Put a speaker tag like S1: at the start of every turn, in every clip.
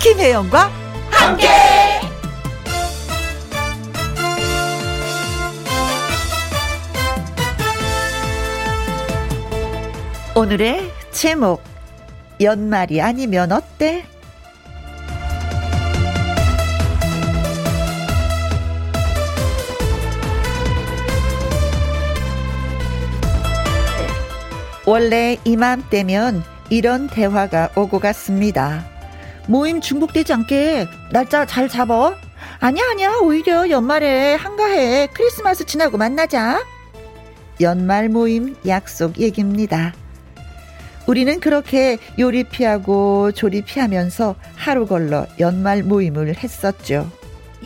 S1: 김혜영과 함께. 오늘의 제목 연말이 아니면 어때? 원래 이맘때면 이런 대화가 오고 갔습니다. 모임 중복되지 않게 날짜 잘 잡어. 아니야, 아니야. 오히려 연말에 한가해. 크리스마스 지나고 만나자. 연말 모임 약속 얘기입니다. 우리는 그렇게 요리 피하고 조리 피하면서 하루 걸러 연말 모임을 했었죠.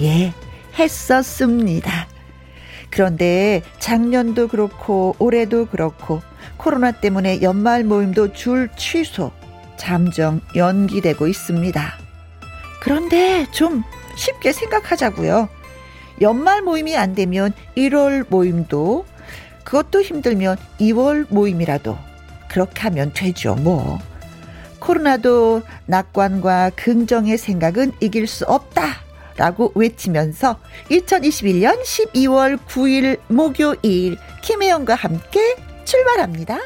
S1: 예, 했었습니다. 그런데 작년도 그렇고 올해도 그렇고 코로나 때문에 연말 모임도 줄 취소, 잠정 연기되고 있습니다. 그런데 좀 쉽게 생각하자고요. 연말 모임이 안 되면 1월 모임도 그것도 힘들면 2월 모임이라도 그렇게 하면 되죠, 뭐. 코로나도 낙관과 긍정의 생각은 이길 수 없다. 라고 외치면서 2021년 12월 9일 목요일 김혜영과 함께 출발합니다.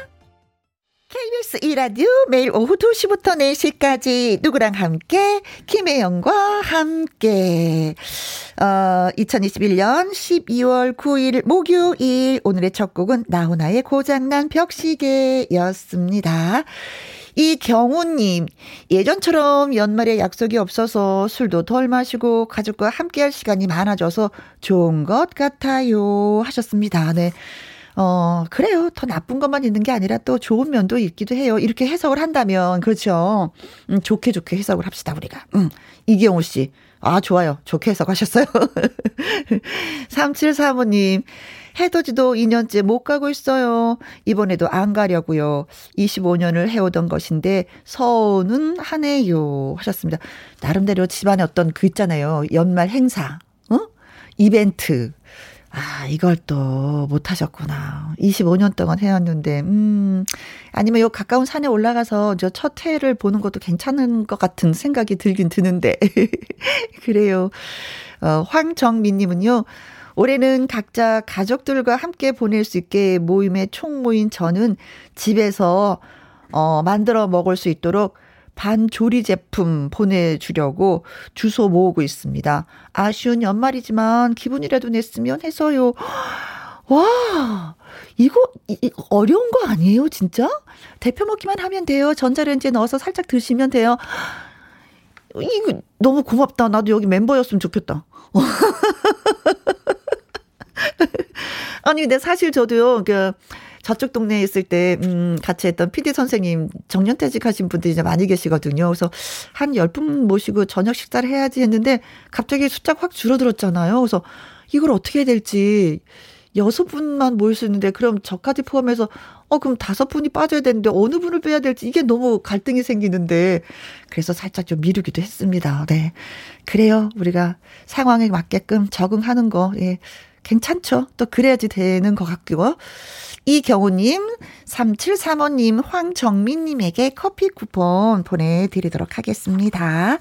S1: KBS 1라디오 매일 오후 2시부터 4시까지 누구랑 함께 김혜영과 함께 어 2021년 12월 9일 목요일 오늘의 첫 곡은 나훈아의 고장난 벽시계였습니다. 이경우님, 예전처럼 연말에 약속이 없어서 술도 덜 마시고 가족과 함께할 시간이 많아져서 좋은 것 같아요. 하셨습니다. 네. 어, 그래요. 더 나쁜 것만 있는 게 아니라 또 좋은 면도 있기도 해요. 이렇게 해석을 한다면, 그렇죠. 음, 좋게 좋게 해석을 합시다, 우리가. 음, 이경호 씨. 아, 좋아요. 좋게 해석하셨어요. 3735님. 해돋이도 2년째 못 가고 있어요. 이번에도 안 가려고요. 25년을 해오던 것인데 서운은 하네요. 하셨습니다. 나름대로 집안의 어떤 그 있잖아요. 연말 행사, 어? 이벤트. 아, 이걸 또 못하셨구나. 25년 동안 해왔는데, 음, 아니면 요 가까운 산에 올라가서 저 첫 해를 보는 것도 괜찮은 것 같은 생각이 들긴 드는데. 그래요. 어, 황정민님은요, 올해는 각자 가족들과 함께 보낼 수 있게 모임에 총 모인 저는 집에서 어, 만들어 먹을 수 있도록 반조리 제품 보내주려고 주소 모으고 있습니다. 아쉬운 연말이지만 기분이라도 냈으면 해서요. 와, 이거, 이, 어려운 거 아니에요, 진짜? 대표 먹기만 하면 돼요. 전자레인지에 넣어서 살짝 드시면 돼요. 이거 너무 고맙다. 나도 여기 멤버였으면 좋겠다. 아니 근데 사실 저도요 그 저쪽 동네에 있을 때, 음, 같이 했던 PD 선생님, 정년퇴직하신 분들이 이제 많이 계시거든요. 그래서 한 열 분 모시고 저녁 식사를 해야지 했는데, 갑자기 숫자가 확 줄어들었잖아요. 그래서 이걸 어떻게 해야 될지, 여섯 분만 모일 수 있는데, 그럼 저까지 포함해서, 어, 그럼 다섯 분이 빠져야 되는데, 어느 분을 빼야 될지, 이게 너무 갈등이 생기는데, 그래서 살짝 좀 미루기도 했습니다. 네. 그래요. 우리가 상황에 맞게끔 적응하는 거, 예. 괜찮죠. 또 그래야지 되는 것 같고요. 이경우님, 3735님, 황정민님에게 커피 쿠폰 보내드리도록 하겠습니다.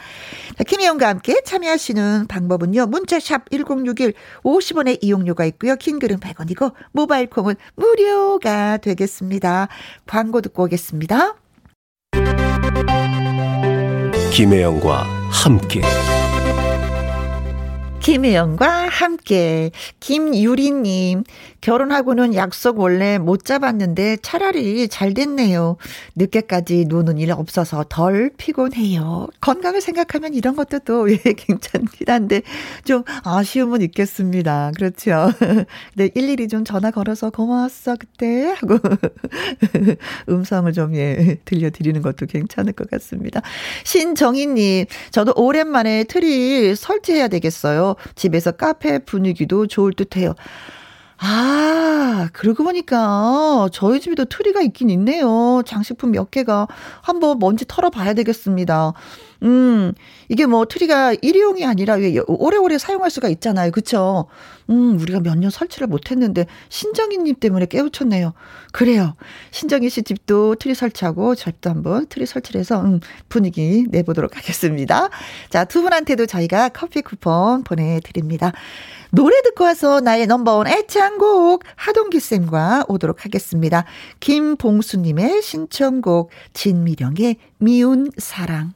S1: 자, 김혜영과 함께 참여하시는 방법은요. 문자샵 1061 50원의 이용료가 있고요. 킹글은 100원이고 모바일 콩은 무료가 되겠습니다. 광고 듣고 오겠습니다.
S2: 김혜영과 함께.
S1: 김혜영과 함께 김유리님 결혼하고는 약속 원래 못 잡았는데 차라리 잘 됐네요. 늦게까지 노는 일 없어서 덜 피곤해요. 건강을 생각하면 이런 것도 또 예, 괜찮긴 한데 좀 아쉬움은 있겠습니다. 그렇죠. 네, 일일이 좀 전화 걸어서 고마웠어 그때 하고 음성을 좀 예, 들려드리는 것도 괜찮을 것 같습니다. 신정희님 저도 오랜만에 트리 설치해야 되겠어요. 집에서 카페 분위기도 좋을 듯 해요. 아, 그러고 보니까 어, 저희 집에도 트리가 있긴 있네요. 장식품 몇 개가 한번 먼지 털어봐야 되겠습니다. 음, 이게 뭐 트리가 일회용이 아니라 왜 오래오래 사용할 수가 있잖아요. 그쵸? 음, 우리가 몇 년 설치를 못했는데 신정희님 때문에 깨우쳤네요. 그래요. 신정희 씨 집도 트리 설치하고 저도 한번 트리 설치를 해서 음, 분위기 내보도록 하겠습니다. 자, 두 분한테도 저희가 커피 쿠폰 보내드립니다. 노래 듣고 와서 나의 넘버원 애창곡 하동기쌤과 오도록 하겠습니다. 김봉수님의 신청곡 진미령의 미운 사랑.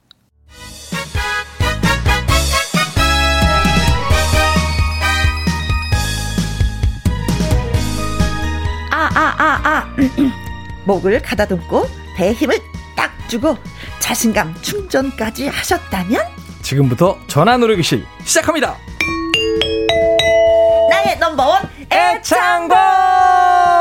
S1: 아, 아, 아, 아. 목을 가다듬고 배에 힘을 딱 주고 자신감 충전까지 하셨다면
S3: 지금부터 전화 노력실 시작합니다.
S1: 나의 넘버원 애창곡!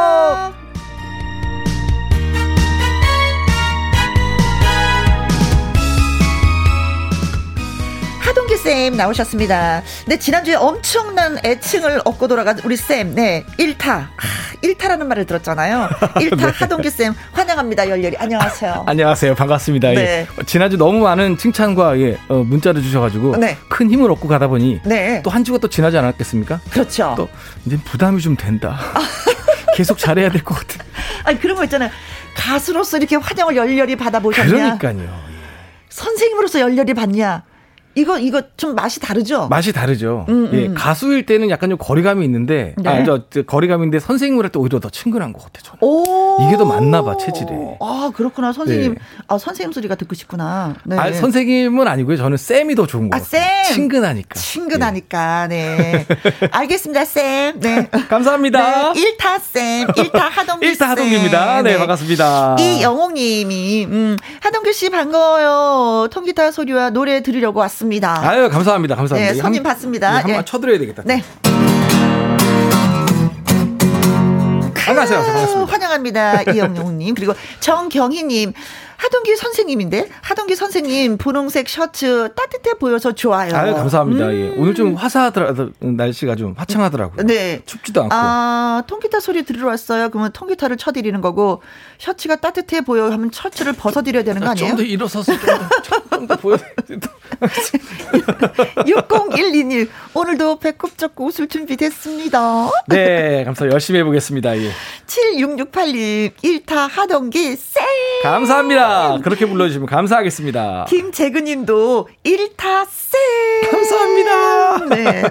S1: 하동기 쌤 나오셨습니다. 네, 지난주에 엄청난 애칭을 얻고 돌아간 우리 쌤, 네, 일타 아, 일타라는 말을 들었잖아요. 일타
S3: 네. 아,
S1: 하동기 쌤 환영합니다, 열렬히. 안녕하세요.
S3: 안녕하세요. 반갑습니다.
S1: 네.
S3: 예. 지난주 너무 많은 칭찬과 예, 어, 문자를 주셔가지고
S1: 네.
S3: 큰 힘을 얻고 가다 보니
S1: 네.
S3: 또 한 주가 또 지나지 않았겠습니까?
S1: 그렇죠.
S3: 또 이제 부담이 좀 된다. 계속 잘해야 될 것 같아.
S1: 아니, 그런 거 있잖아요. 가수로서 이렇게 환영을 열렬히 받아보셨냐?
S3: 그러니까요.
S1: 선생님으로서 열렬히 받냐? 이거, 이거 좀 맛이 다르죠?
S3: 맛이
S1: 어.
S3: 다르죠.
S1: 음,
S3: 예,
S1: 음.
S3: 가수일 때는 약간 좀 거리감이 있는데,
S1: 네.
S3: 아, 저, 저 거리감인데 선생님을 할 때 오히려 더 친근한 것 같아요. 저는.
S1: 오.
S3: 이게 더 맞나 봐, 체질이.
S1: 아, 그렇구나. 선생님.
S3: 네.
S1: 아, 선생님 소리가 듣고 싶구나. 네.
S3: 아, 선생님은 아니고요. 저는 쌤이 더 좋은 것
S1: 아,
S3: 같아요.
S1: 쌤!
S3: 친근하니까.
S1: 친근하니까, 네. 알겠습니다, 쌤. 네.
S3: 예. 감사합니다.
S1: 네, 1타 쌤, 1타 하동규
S3: 일타 하동입니다. 네, 반갑습니다.
S1: 이영옥님이, 음, 하동규 씨 반가워요. 통기타 소리와 노래 들으려고 왔습니다.
S3: 아유, 감사합니다. 감사합니다.
S1: 네,
S3: 이거
S1: 손님 받습니다.
S3: 이거 한번
S1: 예.
S3: 쳐드려야 되겠다.
S1: 네.
S3: 안녕하세요.
S1: 네.
S3: 반갑습니다.
S1: 환영합니다. 이영용님. 그리고 정경희님. 하동기 선생님인데? 하동기 선생님, 분홍색 셔츠 따뜻해 보여서 좋아요.
S3: 아유, 감사합니다. 예. 오늘 좀 화사하더라, 날씨가 좀 화창하더라고요.
S1: 음. 네.
S3: 춥지도 않고.
S1: 아, 통기타 소리 들으러 왔어요. 그러면 통기타를 쳐드리는 거고, 셔츠가 따뜻해 보여 하면 셔츠를 벗어드려야 되는 거
S3: 좀
S1: 아니에요?
S3: 더 일어서서 좀더 보여.
S1: 60121. 오늘도 배꼽 잡고 웃을 준비 됐습니다.
S3: 네, 감사합니다. 열심히 해보겠습니다. 예.
S1: 76682. 1타 하동기 쌤.
S3: 감사합니다. 그렇게 불러주시면 감사하겠습니다.
S1: 김재근님도 1타 쌤.
S3: 감사합니다.
S1: 네.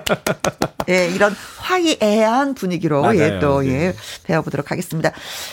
S1: 예, 이런 화기애애한 분위기로
S3: 맞아요.
S1: 예, 또
S3: 네.
S1: 예, 배워보도록 하겠습니다.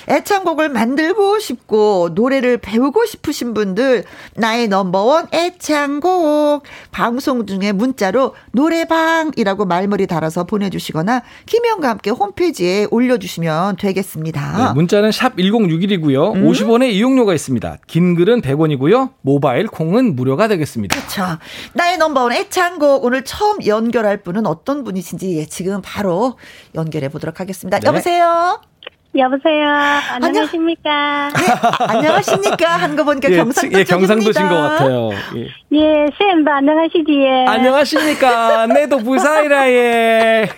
S1: 애창곡을 만들고 싶고 노래를 배우고 싶으신 분들 나의 넘버원 애창곡 방송 중에 문자로 노래방이라고 말머리 달아서 보내주시거나 김영과 함께 홈페이지에 올려주시면 되겠습니다.
S3: 네, 문자는 샵 1061이고요.
S1: 음?
S3: 50원의 이용료가 있습니다. 긴 글은 100원이고요. 모바일 콩은 무료가 되겠습니다.
S1: 자, 그렇죠. 나의 넘버원 애창곡 오늘 처음 연결할 분은 어떤 분이신지 예, 지금 바로 연결해 보도록 하겠습니다.
S3: 네.
S1: 여보세요.
S4: 여보세요. 안녕하십니까?
S1: 아, 안녕하십니까? 한 거 보니까
S3: 예,
S1: 경상도
S3: 예,
S1: 쪽입니다.
S3: 경상도신 것 같아요. 예.
S4: 예, 쌤도 안녕하시지? 예.
S3: 안녕하십니까. 내도 부사이라예.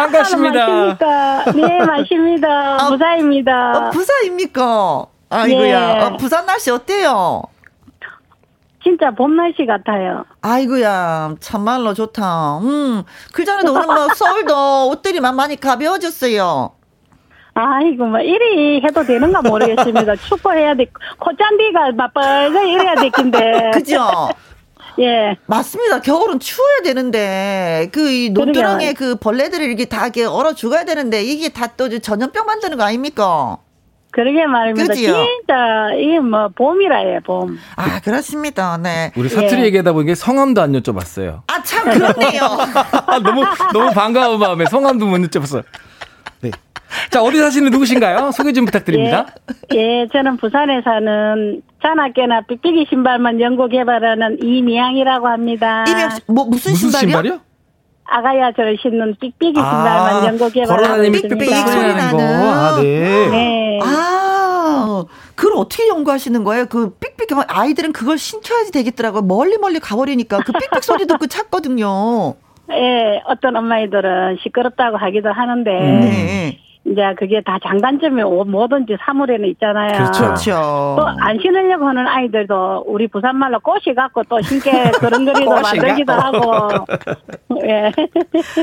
S3: 반갑습니다.
S4: 맞습니까? 아, 네, 맞습니다.
S1: 아,
S4: 무사입니다.
S1: 어, 부사입니까? 아이고야.
S4: 예.
S1: 어, 부산 날씨 어때요?
S4: 진짜 봄 날씨 같아요.
S1: 아이고야. 참말로 좋다. 음. 그 전에도 오늘 뭐 서울도 옷들이 막 많이 가벼워졌어요.
S4: 아이고, 뭐, 이리 해도 되는가 모르겠습니다. 축구해야 돼. 콧잔디가 막 빨간 이래야 되긴데.
S1: 그죠?
S4: 예.
S1: 맞습니다. 겨울은 추워야 되는데 그 이 논두렁에 그 벌레들을 이렇게 다 이렇게 얼어 죽어야 되는데 이게 다 또 전염병 만드는 거 아닙니까?
S4: 그러게 말입니다.
S1: 그지요?
S4: 진짜, 이게 뭐, 봄이라 해, 봄.
S1: 아 그렇습니다. 네.
S3: 우리 사투리
S4: 예.
S3: 얘기하다 보니까 성함도 안 여쭤봤어요.
S1: 아 참 그렇네요.
S3: 아, 너무 너무 반가운 마음에 성함도 못 여쭤봤어요. 네. 자 어디 사시는 누구신가요? 소개 좀 부탁드립니다.
S4: 예, 예, 저는 부산에 사는 자나깨나 삑삑이 신발만 연구 개발하는 이미양이라고 합니다.
S1: 이명 씨, 뭐 무슨,
S3: 무슨
S1: 신발이요?
S3: 신발이요?
S4: 아가야 저를 신는 삑삑이
S3: 아,
S4: 신발만 연구 개발하고
S3: 걸어다니면
S4: 있습니다.
S1: 삑삑이 소리
S3: 소리나는 거.
S1: 나는.
S3: 아, 네.
S4: 네.
S1: 아 그걸 어떻게 연구하시는 거예요? 그 삑삑 아이들은 그걸 신켜야지 되겠더라고요. 멀리 멀리 가버리니까 그 삑삑 소리 듣고 찾거든요.
S4: 음.
S3: 음.
S4: 예, 어떤 엄마들은 시끄럽다고 하기도 하는데
S1: 네.
S4: 이제 그게 다 장단점이 오- 뭐든지 사물에는 있잖아요. 뭐, 아.
S3: 그렇죠.
S1: 그렇죠.
S4: 또 안 신으려고 하는 아이들도 우리 부산말로 꽃이 갖고 또 신게 그런 거리도
S1: 꽃이
S4: 만들기도 하고 예.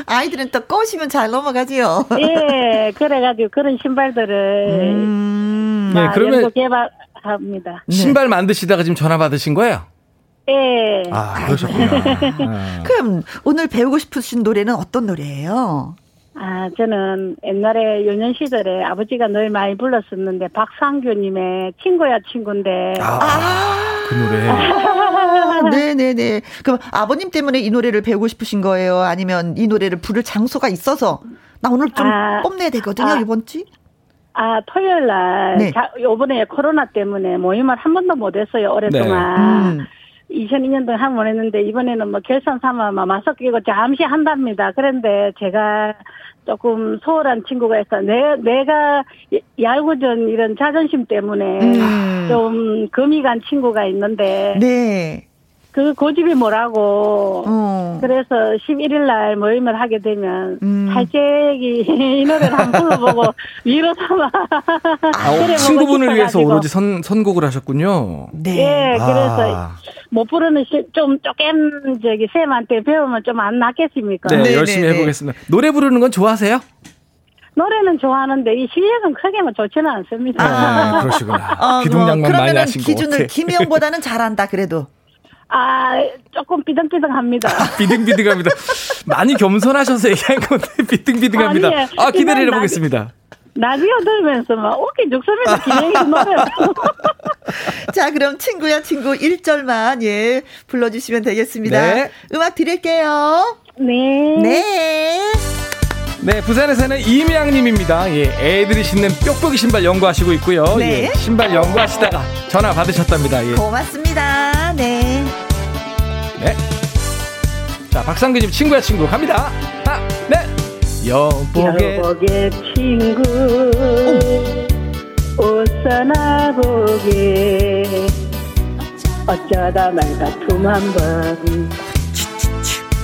S1: 아이들은 또 꼬시면 잘 넘어가지요.
S4: 예 그래가지고 그런 신발들을
S1: 음.
S4: 막
S3: 예, 그러면-
S4: 연구 개발합니다
S3: 신발 만드시다가 지금 전화 받으신 거예요?
S4: 예
S3: 아, 그러셨구나.
S1: 그럼 오늘 배우고 싶으신 노래는 어떤 노래예요?
S4: 아, 저는 옛날에 유년 시절에 아버지가 늘 많이 불렀었는데 박상규님의 친구야 친구인데
S3: 아, 그 노래.
S1: 아, 네네네. 그럼 아버님 때문에 이 노래를 배우고 싶으신 거예요? 아니면 이 노래를 부를 장소가 있어서 나 오늘 좀
S4: 아,
S1: 뽐내야 되거든요,
S4: 아.
S1: 이번 주?
S4: 아 토요일 날
S1: 네.
S4: 자, 요번에 코로나 때문에 모임을 한 번도 못 했어요 오랫동안
S1: 음.
S4: 2002년 동안 한번 했는데 이번에는 뭐 결산 삼아 막 마스크 끼고 잠시 한답니다. 그런데 제가 조금 소홀한 친구가 있어. 내 내가 야- 야구전 이런 자존심 때문에
S1: 음.
S4: 좀 금이 간 친구가 있는데
S1: 네.
S4: 그 고집이 뭐라고.
S1: 어.
S4: 그래서 11일 날 모임을 하게 되면
S1: 음.
S4: 살짝이 이 노래를 한 번 불러보고 위로 삼아.
S3: 아,
S4: 그래 보고
S3: 친구분을 위해서
S4: 싶어가지고.
S3: 오로지 선, 선곡을 하셨군요.
S1: 네.
S4: 예, 그래서
S3: 아.
S4: 못 부르는 시- 좀 조금 저기 쌤한테 배우면 좀 안 낫겠습니까?
S3: 네,
S1: 네,
S3: 열심히
S1: 네, 네.
S3: 해보겠습니다. 노래 부르는 건 좋아하세요?
S4: 노래는 좋아하는데 이 실력은 크게 뭐 좋지는 않습니다. 아,
S3: 아, 그러시구나.
S1: 어,
S3: 비동량만 많이
S1: 그러면은
S3: 하신 거
S1: 기준을
S3: 같아.
S1: 김혜영보다는 잘한다 그래도.
S4: 아, 조금 삐등삐등합니다.
S3: 비등비등합니다. 많이 겸손하셔서 얘기한 건데 비등비등합니다.
S4: 아니에요.
S3: 아, 기대를
S4: 이건
S3: 해보겠습니다.
S4: 라디오 들으면서 막 웃기 죽습니다. 김영희 노래.
S1: 자, 그럼 친구야 친구 1절만 예 불러 주시면 되겠습니다.
S3: 네.
S1: 음악 드릴게요.
S4: 네.
S1: 네.
S3: 네, 부산에 사는 이미양님입니다. 예, 애들이 신는 뾱뾱이 신발 연구하시고 있고요.
S1: 네.
S3: 예, 신발 연구하시다가 전화 받으셨답니다. 예.
S1: 고맙습니다. 네.
S3: 네. 자, 박상규님 친구야 친구 갑니다. 하나, 네. 여보게.
S4: 여보게 어, 친구 어. 웃어나 보게 어쩌다 말다툼 한번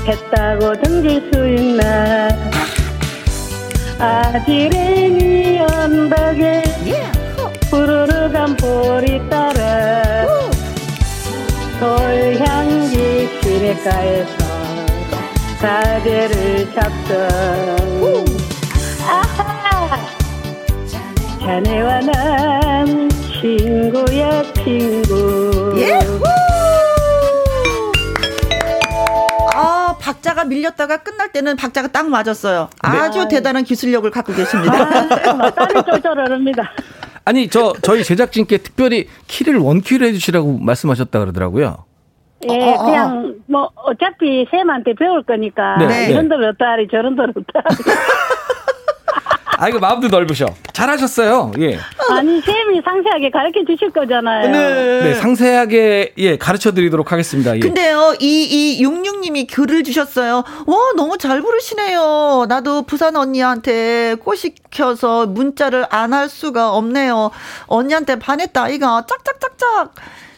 S4: 했다고 등질 수 있나 아지랭이 언덕에
S1: 예.
S4: 푸르르 간 보리 따라 돌향기 시내가에서 가재를 잡던 아하 자네와 난 친구야 친구
S1: 예후! 아, 박자가 밀렸다가 끝날 때는 박자가 딱 맞았어요.
S3: 네.
S1: 아주 대단한 기술력을 갖고 계십니다.
S4: 아, 땀이 쫄쫄 흐릅니다
S3: 아니, 저, 저희 제작진께 특별히 키를 원키로 해주시라고 말씀하셨다 그러더라고요.
S4: 예
S1: 어, 어, 어.
S4: 그냥 뭐 어차피 쌤한테 배울 거니까
S3: 네.
S4: 이런 대로 어떠하리 저런 대로 어떠하리
S3: 아, 이거 마음도 넓으셔. 잘하셨어요. 예.
S4: 아니 쌤이 상세하게 가르쳐 주실 거잖아요
S3: 네, 상세하게 예, 가르쳐 드리도록 하겠습니다. 예.
S1: 근데요, 이, 이, 66님이 글을 주셨어요. 와, 너무 잘 부르시네요. 나도 부산 언니한테 꼬시켜서 문자를 안 할 수가 없네요. 언니한테 반했다, 아이가. 짝짝짝짝.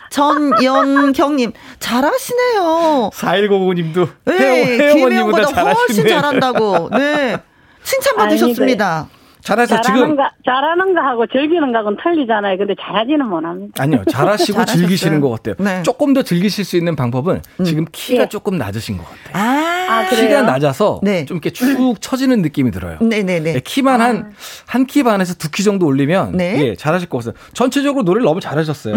S1: 전연경님, 잘하시네요.
S3: 4105님도
S1: 네, 김혜영보다 훨씬 잘한다고. 네. 칭찬받으셨습니다.
S3: 잘해서 지금
S4: 잘하는가 잘하는가 하고 즐기는가하고는 틀리잖아요 근데 잘하지는 못합니다
S3: 아니요 잘하시고
S1: 잘하셨어요.
S3: 즐기시는 것 같아요.
S1: 네. 음.
S3: 조금 더 즐기실 수 있는 방법은 지금 키가
S4: 예.
S3: 조금 낮으신 것 같아요.
S1: 아,
S4: 아, 그래요?
S3: 키가 낮아서
S1: 네.
S3: 좀 이렇게 축 처지는 느낌이 들어요. 네,
S1: 네네네. 아.
S3: 키만 한, 한 키 반에서 두 키 정도 올리면,
S1: 네.
S3: 예, 잘하실 것 같아요. 전체적으로 노래를 너무 잘하셨어요.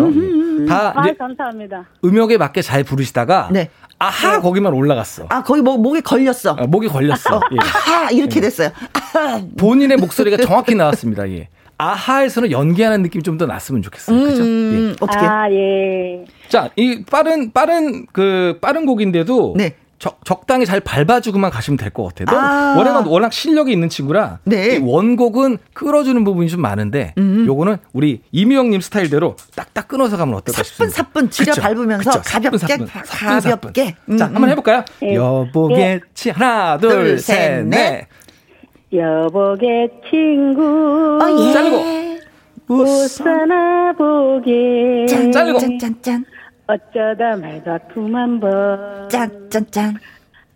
S3: 예. 다
S4: 아
S3: 이제
S4: 감사합니다
S3: 음역에 맞게 잘 부르시다가,
S1: 네.
S3: 아하, 거기만 올라갔어.
S1: 아, 거기 목, 목에 걸렸어.
S3: 아, 목이 걸렸어. 예.
S1: 아, 이렇게 됐어요. 아,
S3: 본인의 목소리가 정확히 나왔습니다. 예. 아하에서는 연기하는 느낌이 좀 더 났으면 좋겠어요. 그죠? 예.
S1: 음, 어떻게.
S4: 아, 예.
S3: 자, 이 빠른, 빠른, 그, 빠른 곡인데도.
S1: 네.
S3: 적, 적당히 잘 밟아주고만 가시면 될 것 같아요.
S1: 아.
S3: 워낙, 워낙 실력이 있는 친구라
S1: 네. 음.
S3: 이 원곡은 끌어주는 부분이 좀 많은데 요거는 우리 이미영님 스타일대로 딱딱 끊어서 가면 어떨까
S1: 사뿐
S3: 싶습니다.
S1: 사뿐 줄여
S3: 그쵸?
S1: 밟으면서
S3: 그쵸?
S1: 가볍게
S3: 사뿐,
S1: 가-
S3: 사뿐. 사뿐, 사뿐.
S1: 가볍게.
S3: 자,
S1: 음,
S3: 한번
S1: 음.
S3: 해볼까요?
S4: 예.
S3: 여보겠지 하나, 둘,
S1: 둘,
S3: 셋,
S1: 셋,
S3: 넷.
S4: 여보게 친구
S3: 아,
S1: 어, 예.
S3: 자르고.
S4: 웃어나 보게
S1: 짠,
S3: 자르고.
S1: 짠, 짠, 짠.
S4: 어쩌다 말다툼 한번
S1: 짠, 짠, 짠.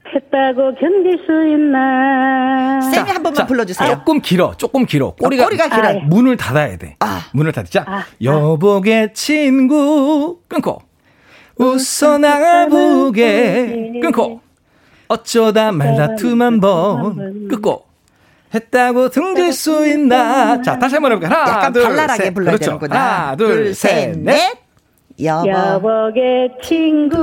S4: 했다고 견딜 수 있나?
S1: 쌤이 한 번만 불러주세요.
S3: 조금 길어, 조금 길어. 꼬리가,
S1: 꼬리가 길어.
S4: 아, 예.
S3: 문을 닫아야 돼.
S1: 아.
S3: 문을 닫자.
S4: 아,
S3: 여보게 친구 끊고 웃어나보게 끊고 어쩌다 말다툼 한번 끊고 했다고 등질 수 있나? 자 다시 한번 해볼게요. 하나,
S1: 약간
S3: 둘,
S1: 발랄하게
S3: 셋.
S1: 불러야
S3: 그렇죠.
S1: 되는구나.
S3: 하나, 둘, 셋, 넷.
S1: 여보.
S4: 여보게 친구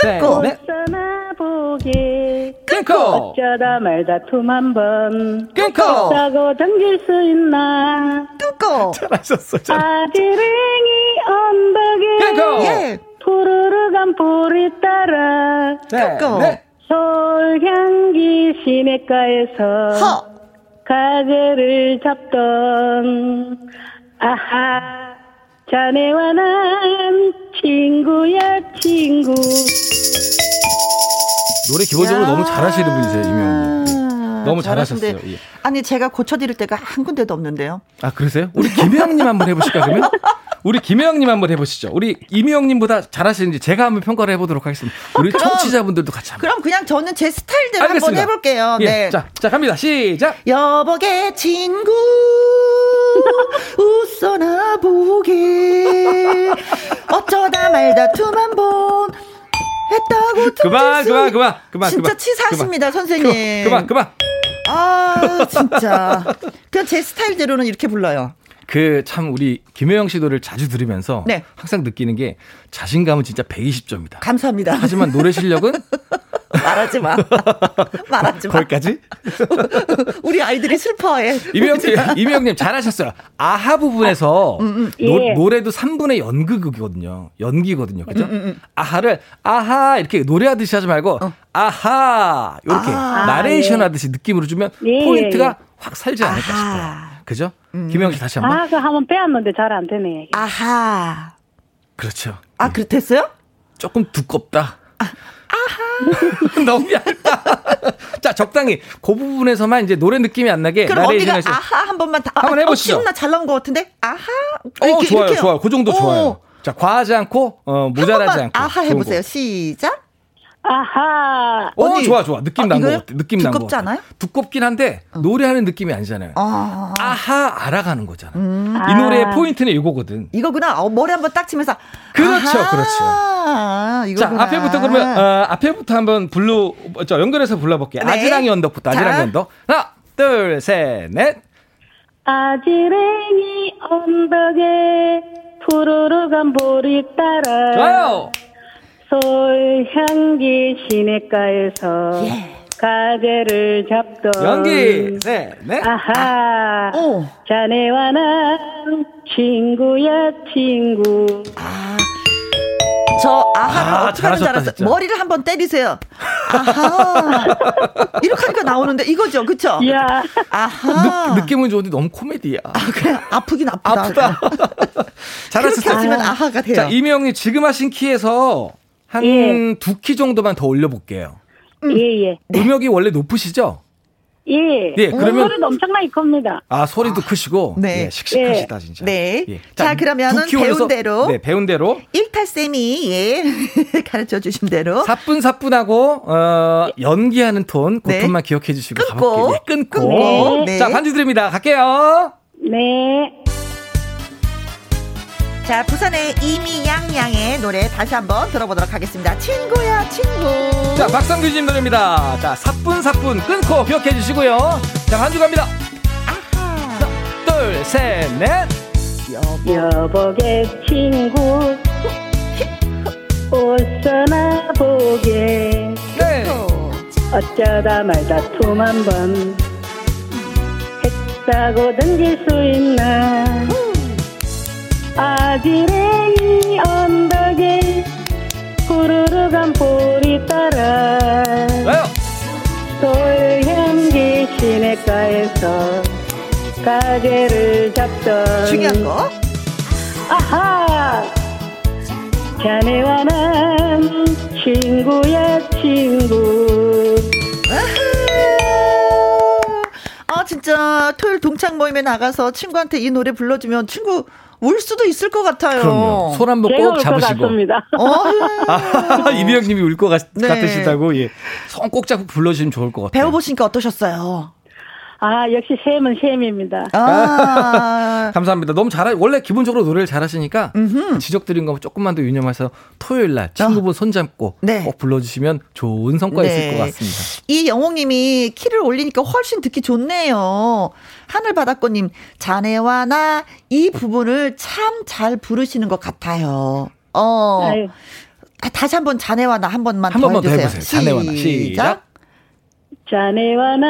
S1: 끊고.
S3: 넷.
S4: 웃어나 보게
S3: 네. 끊고
S4: 어쩌다 말다툼 한번
S3: 끊고.
S4: 했다고 견딜 수 있나?
S1: 끊고.
S3: 잘하셨어. 잘.
S4: 아지랭이 언덕에
S3: 끊고.
S1: 예.
S4: 푸르르간 불이 따라
S3: 셋,
S1: 끊고.
S3: 넷.
S4: 서울향기 시내가에서
S1: 허.
S4: 가재를 잡던 아하 자네와 난 친구야 친구
S3: 노래 기본적으로 너무 잘하시는 분이세요, 이명.
S1: 아,
S3: 너무
S1: 잘하시는데.
S3: 잘하셨어요. 예.
S1: 아니 제가 고쳐드릴 데가 한 군데도 없는데요.
S3: 아 그러세요? 우리 김혜영님 한번 해보실까 그러면? 우리 김혜영님 한번 해보시죠. 우리 임혜영님보다 잘하시는지 제가 한번 평가를 해보도록 하겠습니다. 우리
S1: 어, 그럼.
S3: 청취자분들도 같이 한번.
S1: 그럼 그냥 저는 제 스타일대로 한번 해볼게요.
S3: 예,
S1: 네.
S3: 자, 자 갑니다. 시작.
S1: 여보게 친구 웃어나 보게 어쩌다 말다툼 한번 했다고 퉁칠
S3: 그만,
S1: 수-
S3: 그만, 그만, 그만,
S1: 진짜
S3: 그만.
S1: 치사하십니다 선생님
S3: 그만, 그만, 그만.
S1: 아 진짜 그냥 제 스타일대로는 이렇게 불러요
S3: 그 참 우리 김혜영 씨 노래를 자주 들으면서
S1: 네.
S3: 항상 느끼는 게 자신감은 진짜 120점이다.
S1: 감사합니다
S3: 하지만 노래 실력은
S1: 말하지 마 말하지 마
S3: 거기까지.
S1: 우리 아이들이 슬퍼해
S3: 이명님, 이명님 잘하셨어요. 아하 부분에서
S1: 음,
S3: 노,
S4: 예.
S3: 노래도 3분의 연극이거든요. 연기거든요. 그죠?
S1: 음,
S3: 아하를 아하 이렇게 노래하듯이 하지 말고 아하 이렇게
S1: 어. 아,
S3: 나레이션 하듯이 느낌으로 주면
S4: 예,
S3: 포인트가
S4: 예.
S3: 확 살지 않을까
S1: 아하. 음.
S3: 싶어요. 그죠? 김영 씨 다시 한번.
S4: 아 그거 한번 빼왔는데 잘 안 되네
S1: 아하
S3: 그렇죠.
S1: 아 그렇댔어요?
S3: 조금 두껍다.
S1: 아,
S3: 아하. 너무 얇다. 자, 적당히 그 부분에서만 이제 노래 느낌이 안 네, 나게
S1: 그럼
S3: 나레이션
S1: 언니가
S3: 해서
S1: 아하 한 번만 다, 아,
S3: 한번
S1: 아,
S3: 해보시죠.
S1: 어, 지금 나잘 나온 것 같은데 아하
S3: 어,
S1: 이렇게,
S3: 좋아요,
S1: 이렇게요.
S3: 좋아요. 그 정도
S1: 어,
S3: 좋아요. 자, 과하지 않고, 어,
S1: 한
S3: 모자라지
S1: 번만
S3: 않고.
S1: 아하
S3: 좋은
S1: 해보세요. 시작.
S4: 아하
S3: 거. 어,
S1: 언니.
S3: 좋아, 좋아. 느낌
S1: 아,
S3: 난 것
S1: 이거요?
S3: 같아. 느낌 난것
S1: 두껍지
S3: 같아.
S1: 않아요? 어.
S3: 두껍긴 한데, 노래하는 느낌이 아니잖아요.
S1: 아
S3: 아하, 알아가는 거잖아. 이
S1: 음.
S4: 아.
S3: 노래의 포인트는 이거거든.
S1: 이거구나. 어, 머리 한번 딱 치면서
S3: 그렇죠,
S1: 아하,
S3: 자,
S1: 이거구나.
S3: 앞에부터 그러면, 어, 앞에부터 한번 불러, 저, 연결해서 불러볼게요.
S1: 네.
S3: 아지랑이 언덕부터, 아지랑이
S1: 자.
S3: 언덕. 하나, 둘, 셋, 넷.
S4: 아지랭이 언덕에 푸르르간 불이 따라
S3: 좋아요.
S4: 솔향기 시내가에서 가재를 잡던
S3: 연기, 셋, 넷.
S4: 아하
S1: 오.
S4: 자네와 난 친구야 친구
S1: 아, 저 아하를
S3: 아,
S1: 어떻게 하는지
S3: 잘하셨다,
S1: 알았어요.
S3: 진짜.
S1: 머리를 한번 때리세요. 아하. 이렇게 하니까 나오는데 이거죠,
S3: 아,
S1: 그렇죠?
S4: 이야
S1: 아하.
S3: 느, 느낌은 좋은데 너무 코미디야.
S1: 아, 그래 아프긴 아프다.
S3: 아프다.
S1: 그렇게
S3: 잘하셨어요.
S1: 하시면 아하가 돼요.
S3: 자, 이명님 지금 하신 키에서 한
S4: 예.
S3: 두 키 정도만 더 올려볼게요.
S4: 음. 예예
S1: 네.
S3: 음역이 원래 높으시죠?
S4: 예.
S3: 예, 그러면-
S4: 소리도 엄청나게 큽니다
S3: 아 소리도 크시고
S1: 네.
S3: 예, 씩씩하시다 진짜.
S1: 네.
S3: 예.
S1: 자, 그러면은
S3: 두키 올려서-
S1: 배운 대로.
S3: 네 배운 대로
S1: 일탈 쌤이 예 가르쳐 주신 대로
S3: 사뿐사뿐하고 어, 연기하는 톤, 그
S1: 네.
S3: 톤만 기억해 주시고
S1: 끊고.
S3: 가볼게요. 예, 끊고.
S1: 끊고. 네.
S3: 자 반주 드립니다. 갈게요.
S4: 네
S1: 자, 부산의 이미양양의 노래 다시 한번 들어보도록 하겠습니다. 친구야, 친구.
S3: 자 박성규님 노래입니다. 자 사뿐사뿐 끊고 기억해 주시고요. 자 반주 갑니다.
S1: 아하.
S3: 둘, 셋, 넷.
S4: 여보게 친구 웃어나 보게
S3: 네.
S1: 또.
S4: 어쩌다 말다툼 한번 했다고 등질 수 있나 아지랭이 언덕에 후루룩한 불이 따라
S3: 왜요?
S4: 돌향기 시내가에서 가게를
S3: 네.
S4: 잡던
S3: 음.
S1: 중요한 거.
S4: 아하 자네와 난 친구야 친구
S1: 아하. 아, 진짜 토요일 동창 모임에 나가서 친구한테 이 노래 불러주면 친구 울 수도 있을 것 같아요.
S3: 그럼요. 손 한번
S4: 제가
S3: 꼭
S4: 올 것
S3: 잡으시고.
S4: 같습니다.
S1: 어,
S3: 아, 이미영님이 울 것
S1: 네.
S3: 같으시다고 예. 손 꼭 잡고 불러주시면 좋을 것 같아요.
S1: 배워보시니까 어떠셨어요?
S4: 아, 역시 샘은 샘입니다.
S1: 아,
S3: 감사합니다. 너무 잘하 원래 기본적으로 노래를 잘하시니까 지적드린 거 조금만 더 유념해서 토요일 날 친구분 손잡고
S1: 네.
S3: 꼭 불러주시면 좋은 성과 있을 것 같습니다.
S1: 이 영웅님이 키를 올리니까 훨씬 듣기 좋네요. 하늘바닷꽃님, 자네와 나 이 부분을 참 잘 부르시는 것 같아요. 어.
S4: 아유,
S1: 아, 다시 한번 자네와 나 한 번만
S3: 한
S1: 더
S3: 번만 더
S1: 해주세요.
S3: 해보세요. 자네와 나. 시작.
S4: 자네와 나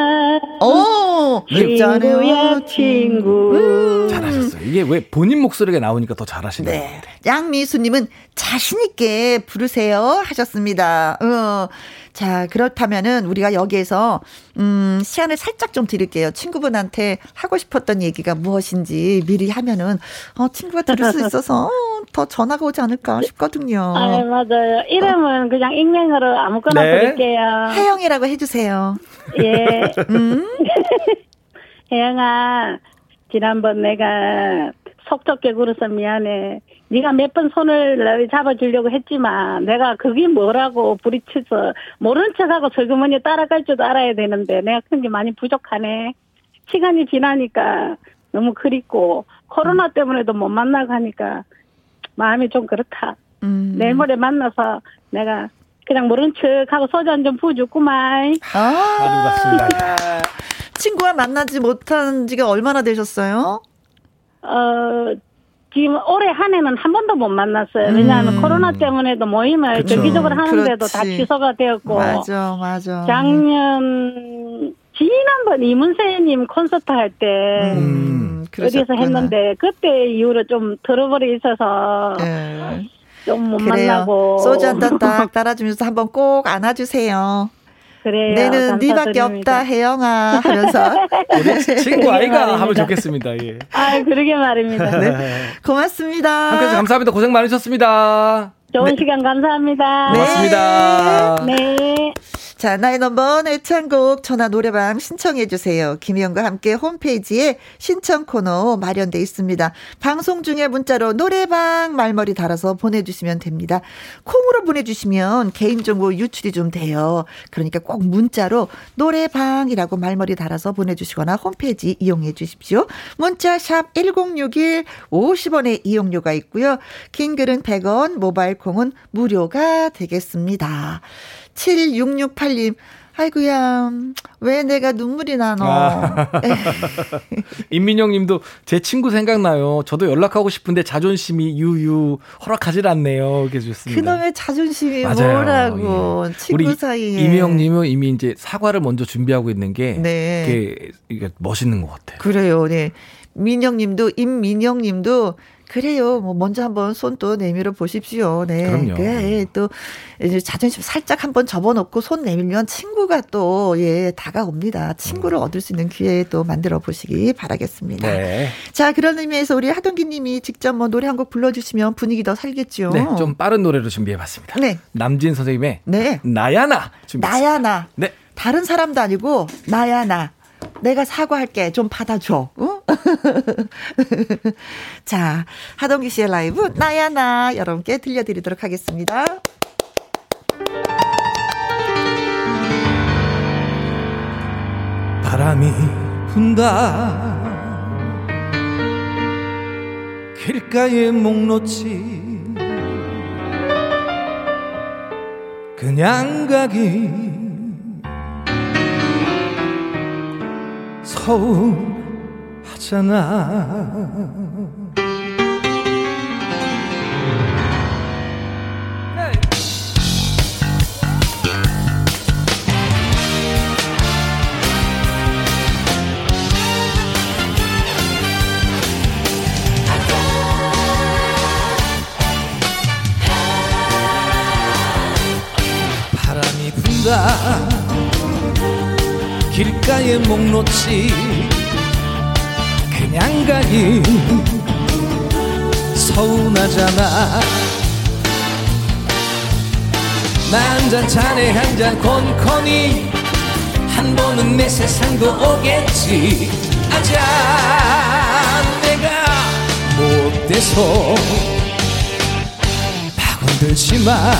S1: 어? 오!
S4: 친구야 친구.
S3: 잘하셨어요. 이게 왜 본인 목소리가 나오니까 더 잘하시네요.
S1: 네. 양미수님은 자신있게 부르세요 하셨습니다. 어. 자, 그렇다면은 우리가 여기에서, 음, 시간을 살짝 좀 드릴게요. 친구분한테 하고 싶었던 얘기가 무엇인지 미리 하면은, 어, 친구가 들을 수 있어서 어, 더 전화가 오지 않을까 싶거든요.
S4: 아, 맞아요. 이름은 그냥 익명으로 아무거나
S3: 네.
S4: 부를게요.
S1: 하영이라고 해주세요.
S4: 예. 혜영아, 지난번 내가 속 좁게 굴어서 미안해. 네가 몇 번 손을 날 잡아주려고 했지만 내가 그게 뭐라고 부딪혀서 모르는 척하고 슬그머니 따라갈 줄 알아야 되는데 내가 그런 게 많이 부족하네. 시간이 지나니까 너무 그립고 코로나 때문에도 못 만나고 하니까 마음이 좀 그렇다.
S1: 음.
S4: 내일 모레 만나서 내가 그냥 모른 척하고 소주 한 잔 부어줬구만.
S1: 아,
S3: 반갑습니다.
S1: 친구와 만나지 못한 지가 얼마나 되셨어요?
S4: 어, 지금 올해 한 해는 한 번도 못 만났어요. 왜냐하면 코로나 때문에도 모임을
S3: 음. 그쵸.
S4: 정기적으로 하는데도 다
S1: 그렇지.
S4: 취소가 되었고,
S1: 맞아, 맞아.
S4: 작년, 지난번 이문세님 콘서트 할 때,
S1: 음,
S4: 어디서
S1: 그러셨구나.
S4: 했는데, 그때 이후로 좀 들어버려 있어서,
S1: 예.
S4: 좀 못
S1: 그래요.
S4: 만나고.
S1: 소주 한 잔 딱 따라주면서 한번 꼭 안아주세요.
S4: 그래요.
S1: 내는 네밖에
S4: 아, 감사드립니다.
S1: 없다, 혜영아 하면서.
S3: 친구 아이가 하면
S4: 말입니다.
S3: 좋겠습니다. 예.
S4: 아, 그러게 말입니다.
S1: 네. 고맙습니다.
S3: 함께해서 감사합니다. 고생 많으셨습니다.
S4: 좋은
S1: 네.
S4: 시간 감사합니다.
S3: 고맙습니다.
S4: 네.
S1: 자, 나의 넘버 애창곡 전화 노래방 신청해 주세요. 김희영과 함께 홈페이지에 신청 코너 마련돼 있습니다. 방송 중에 문자로 노래방 말머리 달아서 보내주시면 됩니다. 콩으로 보내주시면 개인정보 유출이 좀 돼요. 그러니까 꼭 문자로 노래방이라고 말머리 달아서 보내주시거나 홈페이지 이용해 주십시오. 문자 샵 1061 50원의 이용료가 있고요. 긴 글은 100원, 모바일 콩은 무료가 되겠습니다. 7668님, 아이고야, 왜 내가 눈물이 나노?
S3: 아. 임민영 님도 제 친구 생각나요. 저도 연락하고 싶은데 자존심이 유유 허락하질 않네요. 이렇게 주셨습니다.
S1: 그놈의 자존심이
S3: 맞아요.
S1: 뭐라고,
S3: 예.
S1: 친구
S3: 우리
S1: 사이에.
S3: 임민영 님은 이미 이제 사과를 먼저 준비하고 있는 게
S1: 네.
S3: 이게, 이게 멋있는 것 같아요.
S1: 그래요, 네. 민영님도, 임민영님도, 그래요. 뭐 먼저 한번 손 또 내밀어 보십시오. 네.
S3: 그럼요.
S1: 예, 또 이제 자존심 살짝 한번 접어놓고 손 내밀면 친구가 또 예, 다가옵니다. 친구를 얻을 수 있는 기회 또 만들어 보시기 바라겠습니다.
S3: 음. 네.
S1: 자, 그런 의미에서 우리 하동기님이 직접 뭐 노래 한 곡 불러주시면 분위기 더 살겠죠.
S3: 네, 좀 빠른 노래로 준비해봤습니다.
S1: 네.
S3: 남진 선생님의
S1: 네.
S3: 나야나 준비했습니다.
S1: 나야 나.
S3: 네.
S1: 다른 사람도 아니고 나야 나. 내가 사과할게. 좀 받아줘. 응? 자, 하동기 씨의 라이브 나야 나 여러분께 들려드리도록 하겠습니다.
S3: 바람이 분다 길가의 목놓치 그냥 가기 서운하잖아 바람이 분다 길가에 목 놓지 그냥 가기 서운하잖아 나 한잔 잔에 한 잔 건커니 한 번은 내 세상도 오겠지 아잔 내가 못 빗대서 파고들지만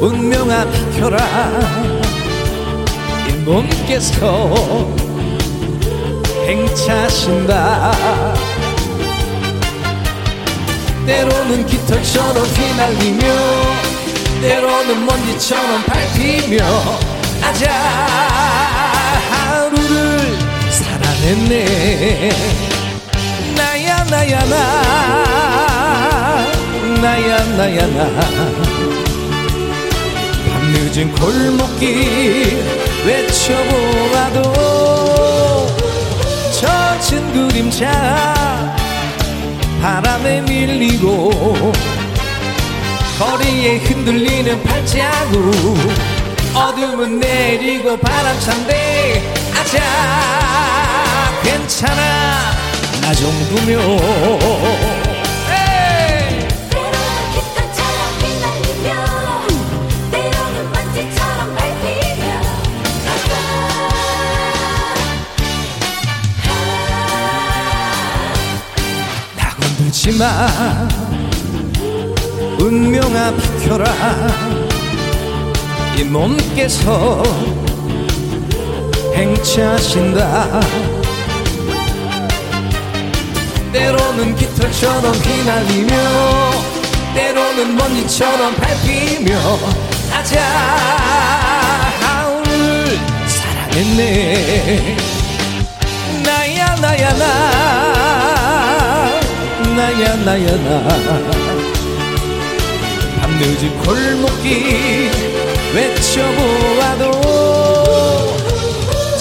S3: 운명아 비켜라 이 몸께서 행차신다 때로는 깃털처럼 휘날리며 때로는 먼지처럼 밟히며 아자 하루를 살아냈네 나야 나야 나 나야 나야 나 밤늦은 골목길 외쳐보라도 젖은 그림자 바람에 밀리고 거리에 흔들리는 발자국 어둠은 내리고 바람 찬데 아자 괜찮아 나 정도면 에이!
S5: 때로는 깃털처럼 휘날리며 때로는 먼지처럼 밟히며 아파
S3: 다 건들지만 운명아 비켜라 이 몸께서 행차하신다 때로는 깃털처럼 휘날리며 때로는 먼지처럼 밟히며 아자 오늘 사랑했네 나야 나야 나 나야 나야 나 밤늦은 골목길 외쳐보아도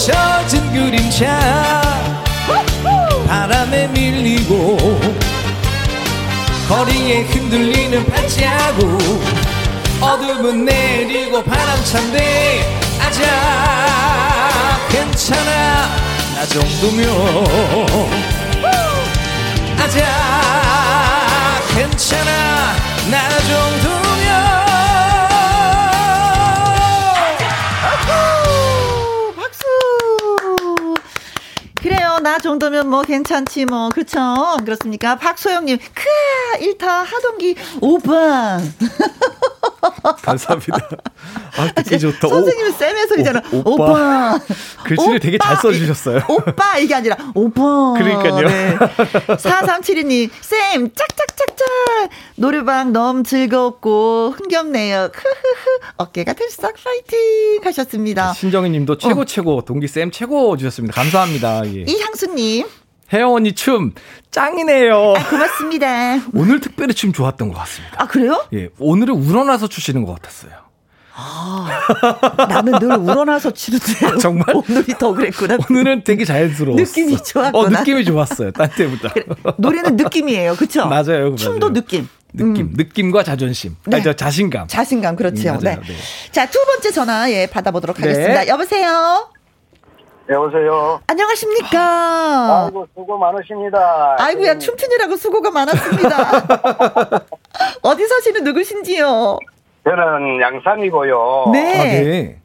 S3: 젖은 그림자 바람에 밀리고 거리에 흔들리는 발자국 어둠은 내리고 바람 찬데 아자 괜찮아 나 정도면 아자 괜찮아 나 정도면
S1: 오, 박수! 그래요. 나 정도면 뭐 괜찮지 뭐. 그렇죠. 그렇습니까? 박소영님. 크아 1타 하동기 5번.
S6: 감사합니다. 아, 듣기 좋다. 오,
S1: 선생님은 쌤의 소리잖아.
S6: 오,
S1: 오빠.
S6: 오빠. 글씨를 되게 잘 써주셨어요.
S1: 이- 오빠 이게 아니라 오빠.
S6: 그러니까요.
S1: 4372님 쌤 짝짝짝짝 노래방 너무 즐겁고 흥겹네요. 크흐흐 어깨가 들썩 파이팅 하셨습니다.
S6: 신정희님도 최고 최고 동기 쌤 최고 주셨습니다. 감사합니다. 예.
S1: 어. 이향수님 아,
S6: 혜영 언니 춤 짱이네요.
S1: 고맙습니다.
S6: 오늘 특별히 춤 좋았던 것 같습니다.
S1: 아 그래요?
S6: 예, 오늘은 우러나서 추시는 것 같았어요.
S1: 나는 늘 우러나서 치는데
S6: 아, 정말?
S1: 오늘이 더 그랬구나.
S6: 오늘은 되게 자연스러웠어.
S1: 느낌이
S6: 어,
S1: 좋았구나.
S6: 느낌이 좋았어요. 딴 때보다.
S1: 노래는 느낌이에요, 그쵸
S6: 맞아요, 그
S1: 춤도
S6: 맞아요.
S1: 느낌.
S6: 느낌, 느낌과 자존심.
S1: 음. 네.
S6: 아니, 저 자신감.
S1: 자신감 그렇지요.
S6: 음,
S1: 네.
S6: 맞아요. 네.
S1: 자 두 번째 전화 예 받아보도록
S6: 네.
S1: 하겠습니다. 여보세요.
S7: 여보세요.
S1: 안녕하십니까.
S7: 아이고 수고 많으십니다.
S1: 어. 아이고야
S7: 음,
S1: 춤추느라고 수고가 많았습니다. 어디 사시는 누구신지요?
S7: 저는 양산이고요.
S1: 네.
S6: 아, 네.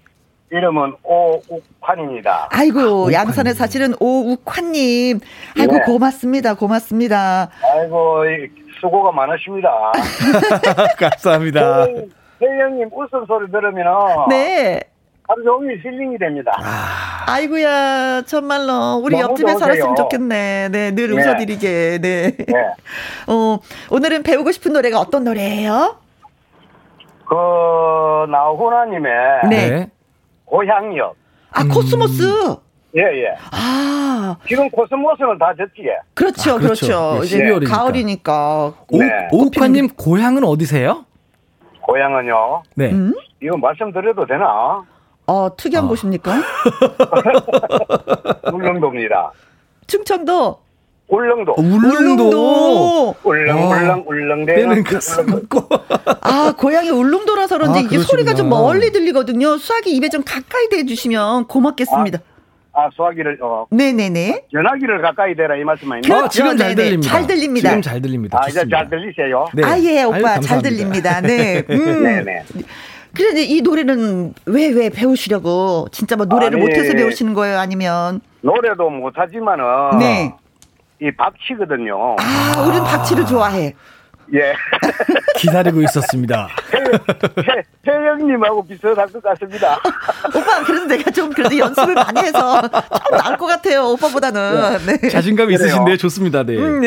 S7: 이름은 오욱환입니다.
S1: 아이고 예. 양산에 사시는 오욱환님. 아이고
S7: 네.
S1: 고맙습니다. 고맙습니다.
S7: 아이고 이- 수고가
S1: 아.
S7: 많으십니다.
S6: 아,
S7: 어,
S6: 감사합니다.
S7: 회장님 웃음 소리 들으면
S1: 네. 아.
S7: 하루 종일 힐링이 됩니다.
S1: 아이고야 정말로 우리
S7: 너무
S1: 옆집에 살았으면
S7: 좋으세요.
S1: 좋겠네. 네 늘
S7: 네.
S1: 웃어드리게. 네.
S7: 네.
S1: 어 오늘은 배우고 싶은 노래가 어떤 노래예요?
S7: 그 나훈아님의
S1: 네.
S7: 고향역.
S1: 아 코스모스.
S6: 음.
S7: 예예.
S1: 아
S7: 지금 코스모스는 다 졌지예.
S1: 그렇죠,
S6: 아,
S1: 그렇죠.
S6: 그렇죠. 예,
S1: 이제
S6: 12월 이니까.
S1: 가을이니까.
S6: 오,
S7: 네.
S6: 오욱환님 고향은 어디세요?
S7: 고향은요.
S6: 네.
S1: 음?
S7: 이거 말씀드려도 되나?
S1: 어 특이한 곳입니까?
S7: 울릉도입니다.
S1: 충청도.
S7: 울릉도.
S1: 음.
S6: 어, 울릉도.
S1: 어.
S7: 울릉울릉 네, 울릉대는
S6: 때는
S1: 그-
S6: 가슴 먹고.
S1: 아 고향이 울릉도라서 그런지
S6: 아,
S1: 이게
S6: 그러시구나.
S1: 소리가 좀 멀리 들리거든요. 수화기 입에 좀 가까이 대주시면 고맙겠습니다.
S7: 아 수화기를 어
S1: 네네네.
S7: 전화기를 가까이 대라 이 말씀 아닙니까?
S1: 그렇죠.
S6: 아, 지금
S1: 네네.
S6: 잘 들립니다.
S1: 잘 들립니다.
S6: 지금 잘 들립니다.
S7: 아, 이제
S6: 좋습니다.
S7: 잘 들리세요?
S6: 네.
S1: 아 예,
S6: 아유,
S1: 오빠 잘
S6: 감사합니다.
S1: 들립니다. 네. 음.
S7: 네네.
S1: 그런데 이 노래는 왜 왜 배우시려고 진짜 뭐 노래를
S7: 아니.
S1: 못해서 배우시는 거예요? 아니면
S7: 노래도 못하지만은,
S1: 네.
S7: 뭐 이 박치거든요.
S1: 아, 우린 박치를 좋아해.
S7: 예.
S3: 기다리고 있었습니다.
S7: 태- 태영님하고 비슷할 것 같습니다.
S1: 오빠, 그래도 내가 좀 그래도 연습을 많이 해서 좀 나을 것 같아요. 오빠보다는. 네.
S3: 자신감 있으신데
S7: 그래요.
S3: 좋습니다. 네.
S1: 음.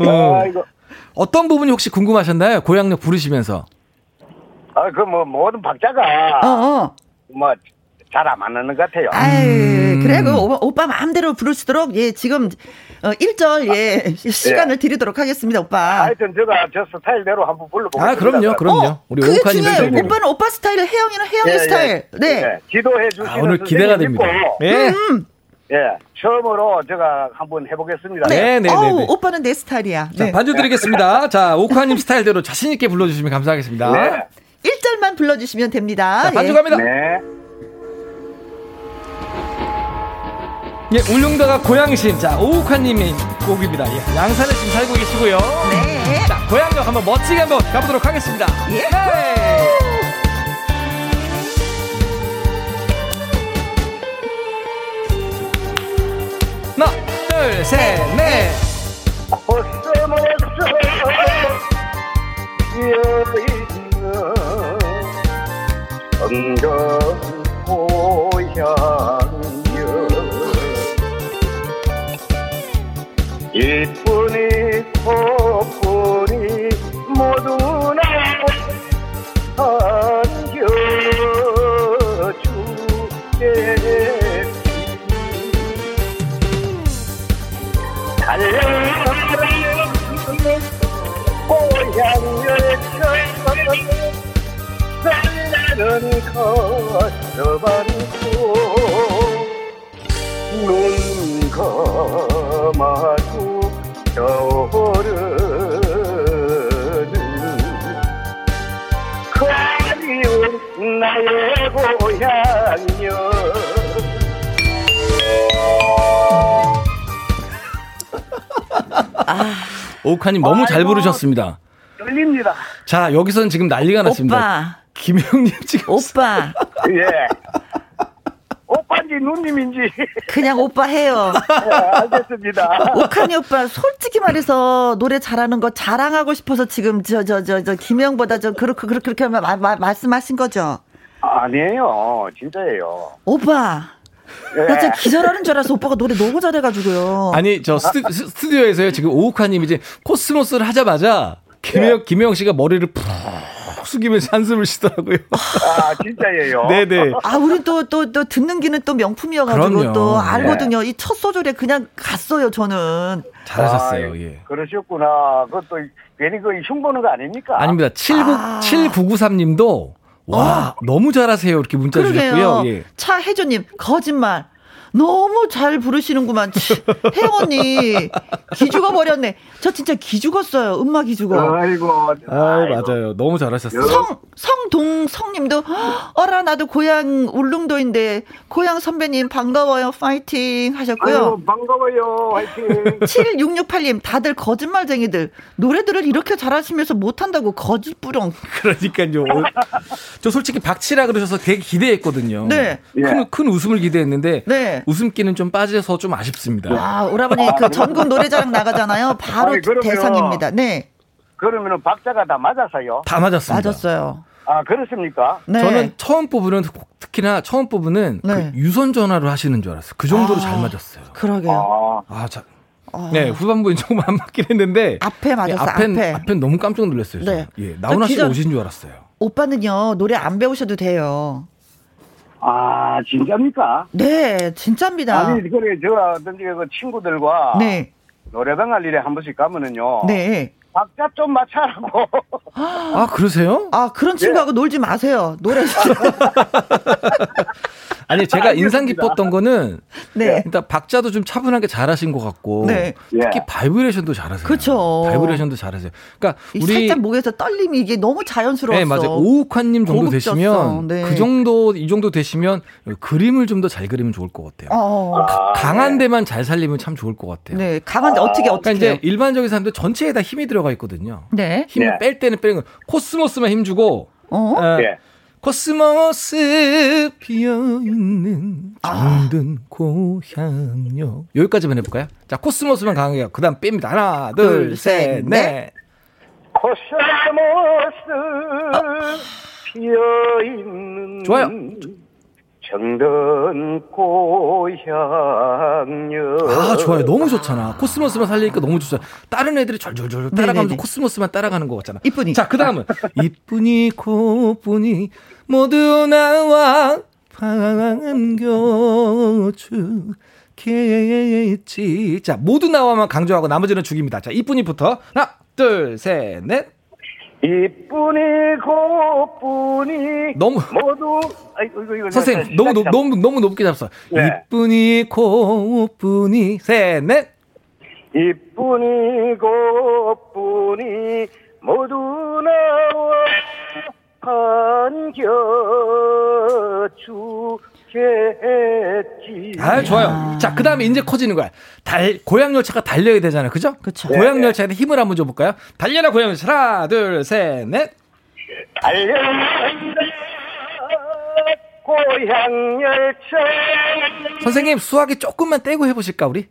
S7: 아,
S3: 어,
S7: 이거.
S3: 어떤 부분이 혹시 궁금하셨나요? 고향역 부르시면서.
S7: 아, 그 뭐, 모든
S3: 아.
S1: 어,
S7: 박자가
S1: 어.
S7: 뭐, 잘 안 맞는 것 같아요.
S3: 음.
S1: 아유, 그래. 그 오빠, 오빠 마음대로 부를 수 있도록, 예, 지금, 어, 1절,
S3: 아,
S1: 예, 시간을 드리도록 하겠습니다, 오빠.
S7: 하여튼 제가 저 스타일대로 한번 불러보겠습니다.
S3: 아, 그럼요. 그럼요.
S1: 어,
S3: 우리
S1: 그게
S3: 오카님
S1: 중요해요.
S3: 선생님.
S1: 오빠는 오빠 스타일, 혜영이는 혜영이
S7: 예, 예.
S1: 스타일. 네.
S7: 예, 기도해 주시는
S3: 아, 오늘 기대가
S7: 선생님
S3: 됩니다.
S7: 믿고,
S3: 예.
S7: 예, 처음으로 제가 한번 해보겠습니다.
S3: 네. 네, 네,
S1: 어우,
S3: 네.
S1: 오빠는 내 스타일이야.
S3: 자,
S1: 네.
S3: 반주 드리겠습니다. 자, 오카님 스타일대로 자신있게 불러주시면 감사하겠습니다.
S7: 네.
S1: 1절만 불러주시면 됩니다.
S3: 자, 반주
S1: 예.
S3: 갑니다.
S7: 네.
S3: 예, 울릉도가 고향이신, 자, 오우카님의 곡입니다. 예, 양산에 지금 살고 계시고요.
S1: 네.
S3: 자, 고향역 한번 멋지게 한번 가보도록 하겠습니다. 네.
S1: 예.
S3: 하나, 둘, 셋,
S1: 네,
S3: 넷.
S7: 어서 모서 여인은 정전 고향여 이쁜이 꽃뿐이 모두 나 안겨주겠지 달려라 고향열차 달라는 거쳐반고 눈 감아도 겨울은 그리운 나의 고향여
S3: 오우카님 너무 잘 부르셨습니다.
S7: 열립니다.
S3: 자, 여기서는 지금 난리가 났습니다.
S1: 오빠,
S3: 김영님 지금.
S1: 오빠,
S7: 예. 오빠인지 누님인지
S1: 그냥 오빠 해요.
S7: 예, 알겠습니다.
S1: 오카니 오빠, 솔직히 말해서 노래 잘하는 거 자랑하고 싶어서 지금 저, 저, 저, 저, 김영보다 저, 그렇게, 그렇게, 그렇게 마, 마, 말씀하신 거죠?
S7: 아니에요, 진짜예요. 예.
S1: 오빠. 나 진짜 기절하는 줄 알아서 오빠가 노래 너무 잘해가지고요.
S3: 예. 아니, 저 스튜, 디오에서요 지금 오우카님이 이제 코스모스를 하자마자 김영, 김영 씨가 머리를 푹 숙이면서 한숨을 쉬더라고요.
S7: 아 진짜예요.
S3: 네네.
S1: 아, 우린 또, 또, 또 듣는 귀는 또 명품이어가지고
S3: 그럼요. 예.
S1: 또 알거든요. 이 첫 소절에 그냥 갔어요, 저는.
S3: 잘하셨어요,
S7: 아,
S3: 예.
S7: 그러셨구나. 그것도 괜히 그 흉보는 거 아닙니까?
S3: 아닙니다. 79, 7993님도 와, 너무 잘하세요. 이렇게 문자
S1: 그러게요.
S3: 주셨고요. 예.
S1: 차혜조님, 거짓말. 너무 잘 부르시는구만. 치, 혜영 언니, 기죽어 버렸네. 저 진짜 기죽었어요. 음마 기죽어.
S7: 아이고.
S3: 아,
S7: 아이고.
S3: 맞아요. 너무 잘하셨어요.
S1: 성, 성동성님도, 어라, 나도 고향 울릉도인데, 고향 선배님 반가워요. 파이팅 하셨고요.
S7: 아이고, 반가워요. 화이팅.
S1: 7668님, 다들 거짓말쟁이들. 노래들을 이렇게 잘하시면서 못한다고 거짓부렁.
S3: 그러니까요. 저 솔직히 박치라 그러셔서 되게 기대했거든요.
S1: 네.
S3: 큰, 큰 웃음을 기대했는데
S1: 네.
S3: 웃음기는 좀 빠져서 좀 아쉽습니다.
S1: 아, 오라버니, 그 전국 노래자랑 나가잖아요. 바로
S7: 아니, 그럼요.
S1: 대상입니다. 네.
S7: 그러면은 박자가 다 맞아서요.
S3: 다 맞았습니다.
S1: 맞았어요.
S7: 아 그렇습니까?
S1: 네.
S3: 저는 처음 부분은 특히나 처음 부분은
S1: 네.
S3: 그 유선 전화로 하시는 줄 알았어요. 그 정도로
S1: 아.
S3: 잘 맞았어요.
S1: 그러게요.
S7: 아,
S3: 아, 자,
S1: 아.
S3: 네 후반부엔 조금 안 맞긴 했는데 예,
S1: 앞에 맞았어,
S3: 앞엔
S1: 앞에.
S3: 앞엔 너무 깜짝 놀랐어요. 저는.
S1: 네.
S3: 예, 나훈아
S1: 저
S3: 씨가
S1: 기절-
S3: 오신 줄 알았어요.
S1: 오빠는요, 노래 안 배우셔도 돼요.
S7: 아 진짜입니까?
S1: 네, 진짜입니다.
S7: 아니 그래 저라든지 그 친구들과
S1: 네,
S7: 노래방 갈 일에 한 번씩 가면은요.
S1: 네.
S7: 박자 좀 맞춰라고.
S3: 아 그러세요?
S1: 아,
S7: 네.
S1: 그런 친구하고 놀지 마세요. 노래.
S3: 아니 제가 인상 깊었던 거는
S1: 네.
S3: 일단 박자도 좀 차분하게 잘하신 것 같고
S1: 네.
S3: 특히
S7: 예.
S3: 바이브레이션도 잘하세요.
S1: 그쵸.
S3: 바이브레이션도 잘하세요. 그러니까
S1: 이
S3: 우리
S1: 살짝 목에서 떨림이 이게 너무 자연스러웠어.
S3: 네, 맞아요. 오욱환님 정도
S1: 고급졌어.
S3: 되시면
S1: 네.
S3: 그 정도 이 정도 되시면 그림을 좀 더 잘 그리면 좋을 것 같아요.
S1: 어,
S3: 강한 데만 잘 살리면 참 좋을 것 같아요.
S1: 네, 강한데 어떻게
S3: 그러니까
S1: 어떻게?
S3: 이제
S1: 해요?
S3: 일반적인 사람들 전체에 다 힘이 들어가 있거든요.
S1: 네.
S3: 힘을
S7: 네.
S3: 뺄 때는 빼는 거. 코스모스만 힘 주고
S1: 어?
S3: 어,
S7: 예.
S3: 코스모스 피어있는
S1: 아.
S3: 정든 고향역 여기까지만 해볼까요? 자 코스모스만 강하게 하고 그다음 뺍니다 하나
S1: 둘, 셋,
S3: 둘셋넷
S1: 넷.
S7: 코스모스 피어있는
S3: 좋아요.
S7: 정든 고향여
S3: 아
S7: 어.
S3: 좋아요 너무 좋잖아 코스모스만 살리니까 너무 좋잖아 다른 애들이 졸졸졸 따라가면서
S1: 네네네.
S3: 코스모스만 따라가는 거 같잖아
S1: 이쁜이.
S3: 자 그다음은 네. 이쁜이 고뿐이 모두 나와 반겨주겠지 자 모두 나와만 강조하고 나머지는 죽입니다 자 이쁜이부터 하나 둘셋넷
S7: 이뿐이 고뿐이
S3: 너무-
S7: 모두 아이고 이거 이거
S3: 선생님 너무 높, 너무 너무 높게 잡았어
S7: 뭐, 네.
S3: 이쁜이 고뿐이 셋넷
S7: 이뿐이 고뿐이 모두 나와 반겨주겠지
S3: 아 좋아요. 자 그다음에 이제 커지는 거야. 달 고양 열차가 달려야 되잖아요, 그죠?
S1: 그쵸.
S3: 고양
S7: 네.
S3: 열차에 힘을 한번 줘볼까요? 달려라 고양 열차 하나 둘 셋 넷.
S7: 달려간다 고향 열차
S3: 선생님 수학이 조금만 떼고 해보실까 우리?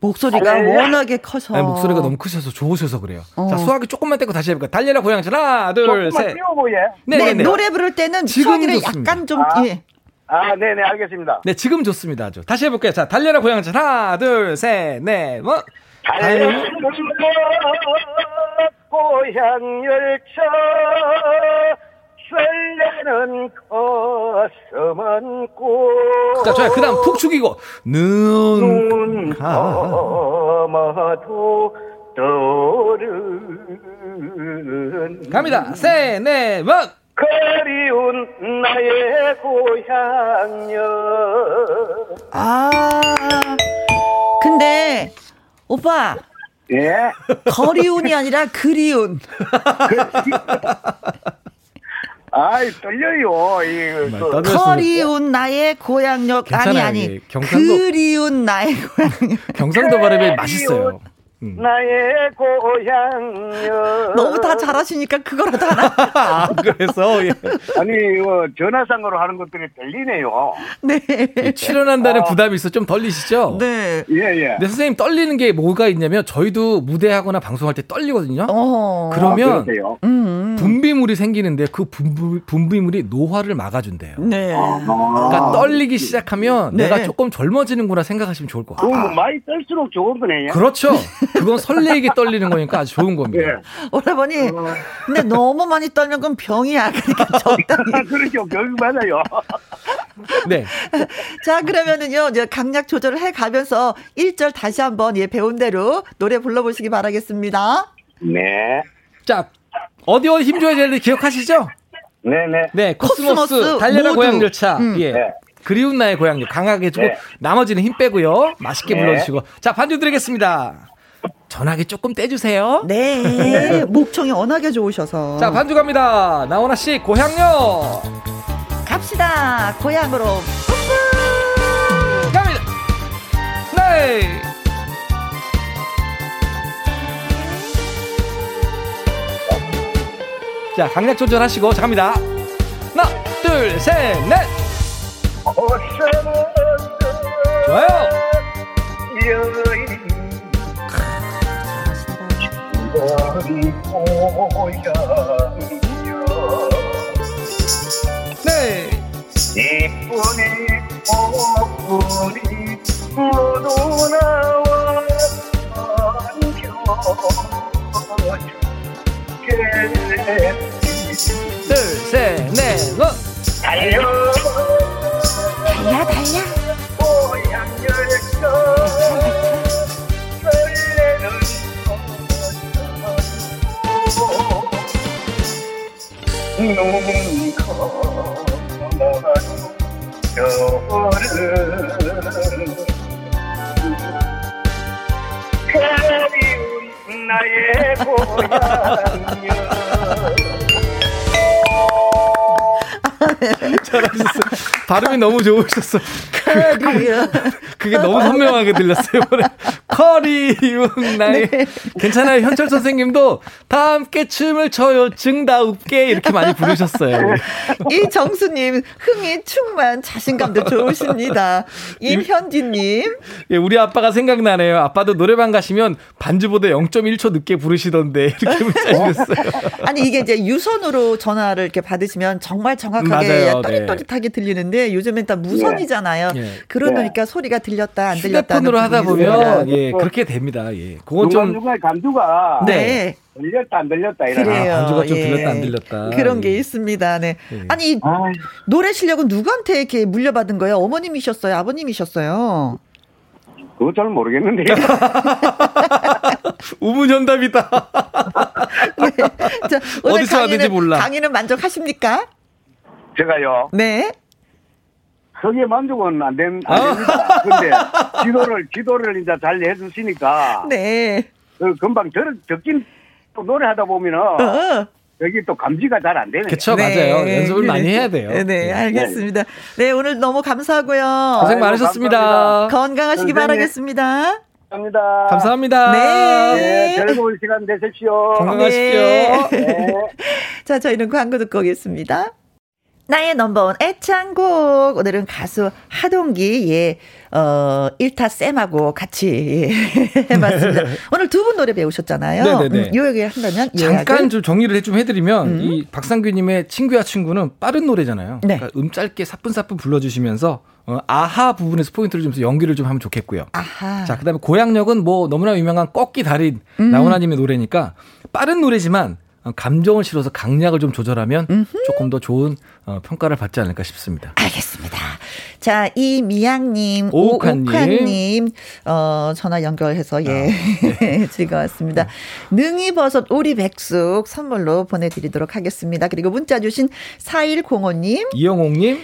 S1: 목소리가
S7: 네.
S1: 워낙에 커서.
S3: 아, 아니, 목소리가 너무 크셔서 좋으셔서 그래요.
S1: 어.
S3: 자 수학이 조금만 떼고 다시 해볼까? 요 달려라 고양 열차 하나 둘
S7: 조금만
S3: 셋.
S7: 띄우고 예.
S1: 네,
S3: 네네네.
S1: 노래 부를 때는
S3: 지금
S1: 수학이를
S3: 좋습니다.
S1: 약간 좀
S7: 아.
S1: 예.
S7: 아 네네 알겠습니다
S3: 네 지금 좋습니다 아주. 다시 해볼게요. 자 달려라 고양 열차 하나 둘 셋 넷. 뭐? 네.
S7: 달려간다 고향 열차 설레는 가슴은 꽃
S3: 자 좋아요. 그다음 푹 죽이고 눈.
S7: 눈 감아도 떠오르는
S3: 갑니다. 셋 넷. 뭐?
S7: 그리운 나의 고향여
S1: 아. 근데 오빠
S7: 예
S1: 거리운이 아니라 그리운.
S7: 아이 떨려요 이거 그 또.
S1: 거리운 나의 고향역 아니
S3: 아, 괜찮아요,
S1: 아니
S3: 이게. 경상도-
S1: 그리운 나의 고향역
S3: 경상도 발음이 맛있어요.
S7: 나의 고향여
S1: 너무 다 잘하시니까 그거라도 하나
S3: 아 그래서 예.
S7: 아니 이거 전화상으로 하는 것들이 떨리네요
S1: 네네
S3: 이 출연한다는 부담이 있어 좀 떨리시죠?
S1: 네.
S7: 예예
S3: 근데 선생님 떨리는 게 뭐가 있냐면 저희도 무대하거나 방송할 때 떨리거든요.
S1: 어
S3: 그러면
S7: 아, 그러세요
S1: 음.
S3: 분비물이 생기는데 그 분비, 분비물이 노화를 막아준대요.
S1: 네.
S7: 어. 아.
S3: 그러니까 떨리기 시작하면
S1: 네.
S3: 내가 조금 젊어지는구나 생각하시면 좋을 것 같아요.
S7: 너무 뭐 많이 떨수록 좋은 거네요
S3: 그렇죠. 그건 설레이게 떨리는 거니까 아주 좋은 겁니다.
S1: 오라버니 근데 너무 많이 떨면 그건 병이야 그러니까 적당히
S7: 그렇죠 병이 많아요
S3: 네.
S1: 자 그러면은요 이제 강약 조절을 해 가면서 1절 다시 한번 예 배운 대로 노래 불러보시기 바라겠습니다
S7: 네
S3: 자, 어디 어디 힘 줘야 되는지 기억하시죠?
S7: 네네
S3: 네, 코스모스,
S1: 코스모스
S3: 달려라
S1: 모두.
S3: 고향 열차. 예.
S7: 네.
S3: 그리운 나의 고향역 강하게 해주고
S7: 네.
S3: 나머지는 힘 빼고요. 맛있게
S7: 네.
S3: 불러주시고 자 반주 드리겠습니다. 전화기 조금 떼주세요.
S1: 네 목청이 워낙에 좋으셔서
S3: 자 반주 갑니다. 나훈아 씨 고향역
S1: 갑시다 고향으로
S3: 갑니다. 네. 자 강약 조절하시고 자 갑니다. 하나 둘 셋 넷.
S7: 어, 고향여
S3: 좋아요.
S7: 여인 우리 고향여
S3: 네.
S7: 이쁜이 꽃분이 모두 나와 안겨주게
S3: 둘 셋 넷. 어. 원.
S7: 달려
S5: 달려 달려
S7: 고향 열차 설레는 그리운 나의 고향여
S3: 잘하셨어요.
S1: 그,
S3: 발음이 너무 좋으셨어. 요 그게 너무 선명하게 들렸어요. 커리운 나의 괜찮아요. 현철 선생님도 다 함께 춤을 춰요. 증다웃게 이렇게 많이 부르셨어요.
S1: 이 정수님 흥이 충만 자신감도 좋으십니다. 임현진님
S3: 예, 우리 아빠가 생각나네요. 아빠도 노래방 가시면 반주보다 0.1초 늦게 부르시던데 이렇게 문자 주셨어요.
S1: 아니 이게 이제 유선으로 전화를 이렇게 받으시면 정말 정확하게
S3: 음, 맞아요. 네.
S1: 또릿또릿하게 들리는데 요즘엔 다 무선이잖아요.
S3: 예.
S1: 그러니까 소리가 들렸다 안 들렸다
S3: 휴대폰으로 하다 보면
S7: 있어요.
S3: 예, 그렇게 됩니다. 예. 그건
S7: 누가
S3: 좀
S7: 누가 감두가
S3: 네.
S1: 뭐 네.
S7: 들렸다 안 들렸다 이런.
S1: 그래요.
S3: 아, 반주가 좀 들렸다 안 들렸다.
S1: 그런 게
S3: 예.
S1: 있습니다. 네.
S3: 예.
S1: 아니 이
S7: 아,
S1: 노래 실력은 누구한테 이렇게 물려받은 거예요? 어머님이셨어요? 아버님이셨어요?
S7: 그거 잘 모르겠는데.
S3: 우문현답이다.
S1: 네. 자, 오늘
S3: 어디서 왔는지
S1: 강의는-
S3: 몰라.
S1: 강의는 만족하십니까?
S7: 제가요.
S1: 네.
S7: 그게 만족은 안 된, 안
S6: 아.
S7: 됩니다. 근데 기도를, 기도를 이제 잘 해주시니까.
S1: 네.
S7: 그 금방 들, 듣긴 또 노래하다 보면은
S1: 어.
S7: 여기 또 감지가 잘 안 되네.
S3: 그쵸
S1: 네.
S3: 맞아요. 연습을 많이 해야 돼요.
S1: 네, 네,
S3: 예.
S1: 알겠습니다. 네, 오늘 너무 감사하고요.
S3: 고생 많으셨습니다.
S7: 감사합니다.
S1: 건강하시기
S7: 선생님.
S1: 바라겠습니다.
S7: 감사합니다.
S3: 감사합니다.
S1: 네.
S7: 네, 즐거운 시간 되십시오.
S3: 건강하십시오.
S1: 네. 자, 저희는 광고 듣고 오겠습니다. 나의 넘버원 애창곡. 오늘은 가수 하동기, 예, 어, 일타 쌤하고 같이, 예, 해봤습니다. 오늘 두 분 노래 배우셨잖아요.
S3: 네. 네네네.
S1: 음, 요 얘기 한다면.
S3: 잠깐
S1: 예약을.
S3: 좀 정리를 좀 해드리면 이 박상규님의 친구야 친구는 빠른 노래잖아요.
S1: 음? 네.
S3: 그러니까 음 짧게 사뿐사뿐 불러주시면서 어, 아하 부분에서 포인트를 좀 연기를 좀 하면 좋겠고요.
S1: 아하. 음.
S3: 자 그다음에 고향역은 뭐 너무나 유명한 꺾기 달인 나훈아님의 노래니까 빠른 노래지만 어, 감정을 실어서 강약을 좀 조절하면 조금 더 좋은 어, 평가를 받지 않을까 싶습니다.
S1: 알겠습니다. 자, 이미양님,
S3: 오옥환님.
S1: 오옥환님, 어, 전화 연결해서, 예,
S3: 아, 네.
S1: 즐거웠습니다. 능이버섯 오리백숙 선물로 보내드리도록 하겠습니다. 그리고 문자 주신 4105님,
S3: 이영옥님,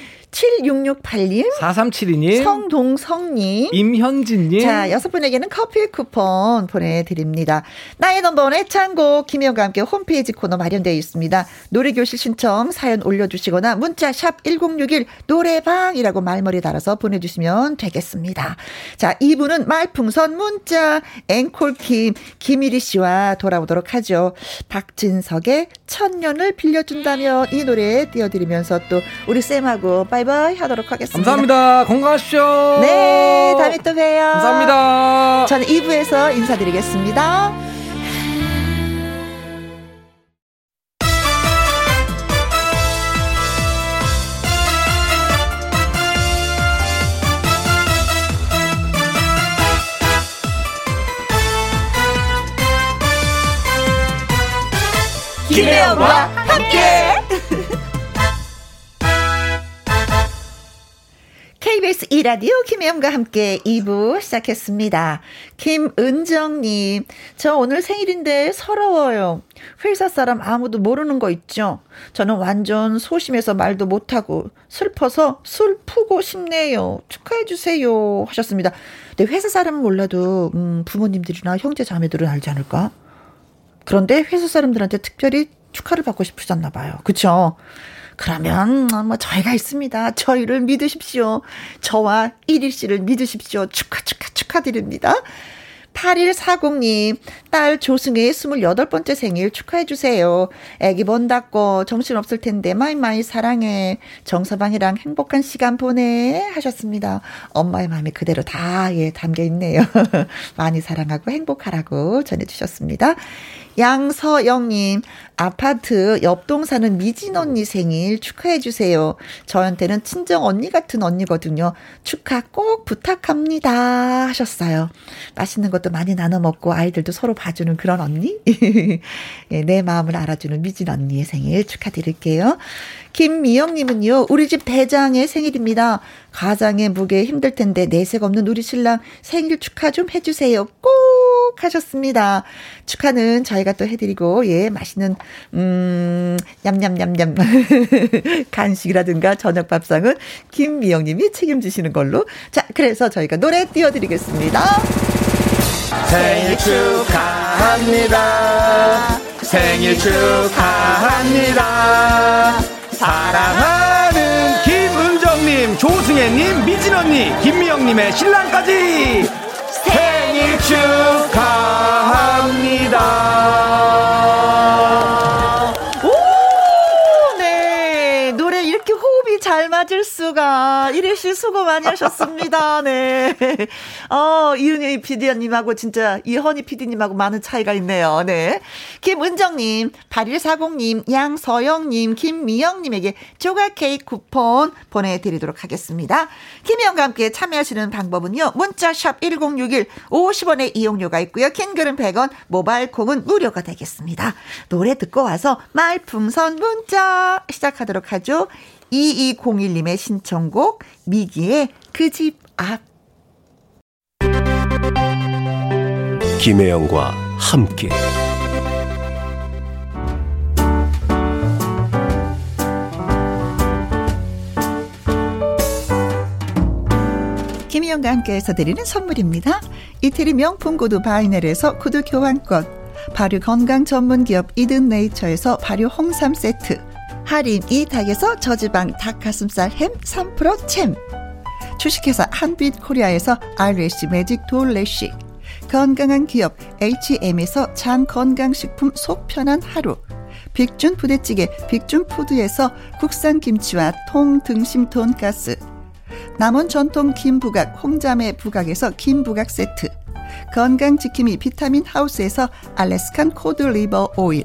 S1: 7668님,
S3: 4372님,
S1: 성동성님,
S3: 임현진님,
S1: 자, 여섯 분에게는 커피 쿠폰 보내드립니다. 나의 넘버원 애창곡 김희영과 함께 홈페이지 코너 마련되어 있습니다. 노래교실 신청 사연 올려주시거나 문자 샵 1061 노래방이라고 말머리 달아서 보내주시면 되겠습니다. 자, 이분은 말풍선 문자 앵콜킴 김일희 씨와 돌아오도록 하죠. 박진석의 천년을 빌려준다면 이 노래 띄워드리면서 또 우리 쌤하고 바이바이 하도록 하겠습니다.
S3: 감사합니다. 건강하십시오.
S1: 네, 다음에 또 봬요.
S3: 감사합니다.
S1: 저는 2부에서 인사드리겠습니다. 김혜영과 함께 KBS 이라디오 김혜영과 함께 2부 시작했습니다. 김은정님, 저 오늘 생일인데 서러워요. 회사 사람 아무도 모르는 거 있죠? 저는 완전 소심해서 말도 못하고 슬퍼서 술 푸고 싶네요. 축하해주세요. 하셨습니다. 근데 회사 사람은 몰라도, 음, 부모님들이나 형제 자매들은 알지 않을까? 그런데 회사 사람들한테 특별히 축하를 받고 싶으셨나 봐요. 그쵸? 그러면 음, 뭐 저희가 있습니다. 저희를 믿으십시오. 저와 1일 씨를 믿으십시오. 축하 축하 축하드립니다. 8140님, 딸 조승의 28번째 생일 축하해주세요. 애기 번닦고 정신없을 텐데, 마이마이 사랑해. 정서방이랑 행복한 시간 보내. 하셨습니다. 엄마의 마음이 그대로 다, 예, 담겨 있네요. 많이 사랑하고 행복하라고 전해주셨습니다. 양서영님, 아파트 옆동 사는 미진 언니 생일 축하해주세요. 저한테는 친정 언니 같은 언니거든요. 축하 꼭 부탁합니다. 하셨어요. 맛있는 것도 많이 나눠 먹고 아이들도 서로 봐주는 그런 언니? 예, 내 마음을 알아주는 미진 언니의 생일 축하드릴게요. 김미영님은요, 우리 집 대장의 생일입니다. 가장의 무게 힘들 텐데 내색 없는 우리 신랑 생일 축하 좀 해주세요. 꼭 하셨습니다. 축하는 저희가 또 해드리고, 예, 맛있는, 음, 냠냠냠냠. 간식이라든가 저녁 밥상은 김미영님이 책임지시는 걸로. 자, 그래서 저희가 노래 띄워드리겠습니다.
S6: 생일 축하합니다. 생일 축하합니다. 사랑하는 김은정님, 조승혜님, 미진언니, 김미영님의 신랑까지 생일 축
S8: 축하합니다.
S1: 네. 노래 이렇게 호흡이 잘 맞을 수가. 이래 씨 수고 많이 하셨습니다. 네. 어, 이은희 PD님하고 진짜 이현희 PD님하고 많은 차이가 있네요. 네. 김은정님, 8140님, 양서영님, 김미영님에게 조각 케이크 쿠폰 보내드리도록 하겠습니다. 김희영과 함께 참여하시는 방법은요. 문자샵 1061 50원의 이용료가 있고요. 킹글은 100원, 모바일 콩은 무료가 되겠습니다. 노래 듣고 와서 말풍선 문자 시작하도록 하죠. 2201님의 신청곡 미기의 그 집 앞.
S3: 네.
S2: 김혜영과 함께
S1: 김희영과 함께해서 드리는 선물입니다. 이태리 명품 구두 바이넬에서 구두 교환권, 발효 건강 전문 기업 이든 네이처에서 발효 홍삼 세트, 할인 이 닭에서 저지방 닭 가슴살 햄 3% 챔, 주식회사 한빛 코리아에서 RSC 매직 돌래쉬, 건강한 기업 HM에서 장 건강식품 속 편한 하루, 빅준 부대찌개 빅준 푸드에서 국산 김치와 통 등심 돈가스, 남원 전통 김부각 홍자매 부각에서 김부각 세트 건강지킴이 비타민 하우스에서 알래스칸 코드 리버 오일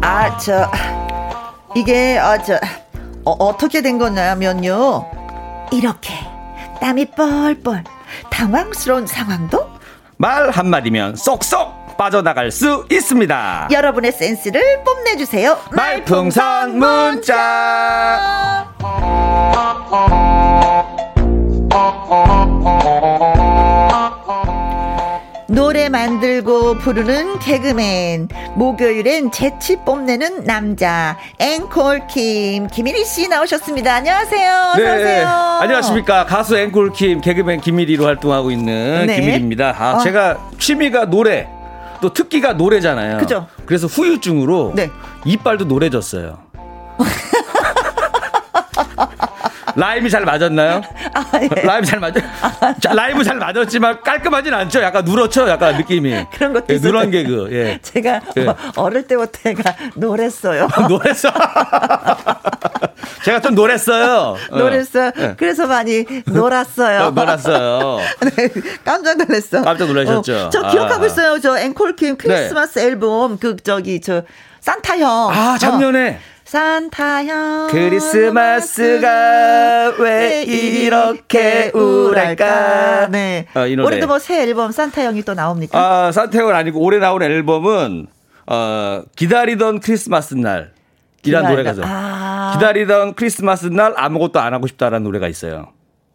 S1: 아, 저 이게 아, 저 어, 어떻게 된 거냐면요. 이렇게 땀이 뻘뻘 당황스러운 상황도
S3: 말 한마디면 쏙쏙 빠져나갈 수 있습니다.
S1: 여러분의 센스를 뽐내주세요.
S3: 말풍선 문자.
S1: 노래 만들고 부르는 개그맨 목요일엔 재치 뽐내는 남자 앵콜 킴 김일희 씨 나오셨습니다. 안녕하세요. 어서 오세요.
S3: 네. 안녕하십니까. 가수 앵콜 김, 개그맨 김일이로 활동하고 있는
S1: 네.
S3: 김일입니다. 아,
S1: 어.
S3: 제가 취미가 노래, 또 특기가 노래잖아요.
S1: 그죠.
S3: 그래서 후유증으로
S1: 네.
S3: 이빨도 노래졌어요. 라임이 잘 맞았나요?
S1: 아, 예.
S3: 라임 잘 맞아. 자, 라임은 잘 맞았지만 깔끔하진 않죠. 약간 누렇죠. 약간 느낌이.
S1: 그런 것도
S3: 예,
S1: 있어요.
S3: 누런 개그. 예.
S1: 제가
S3: 예.
S1: 어- 어릴 때부터 제가 노랬어요.
S3: 노랬어. 제가 좀 노랬어요.
S1: 노랬어요.
S3: 예.
S1: 그래서 많이 놀았어요.
S3: 어, 놀았어요.
S1: 네, 깜짝 놀랐어.
S3: 깜짝 놀라셨죠?
S1: 어, 저
S3: 아. 네.
S1: 기억하고 있어요. 저 앵콜킴 크리스마스 앨범 그 저기 저 산타 형. 어.
S3: 아, 작년에.
S1: 산타 형. 음,
S3: 크리스마스가 왜 이렇게 우울할까?
S1: 네.
S3: 어, 이 노래.
S1: 올해도 뭐 새 앨범 산타 형이 또 나옵니까?
S3: 아, 산태형은 아니고 올해 나온 앨범은 어, 기다리던 크리스마스 날. 이란
S1: 기다리던-
S3: 노래가죠.
S1: 아.
S3: 기다리던 크리스마스 날 아무것도 안 하고 싶다라는 노래가 있어요.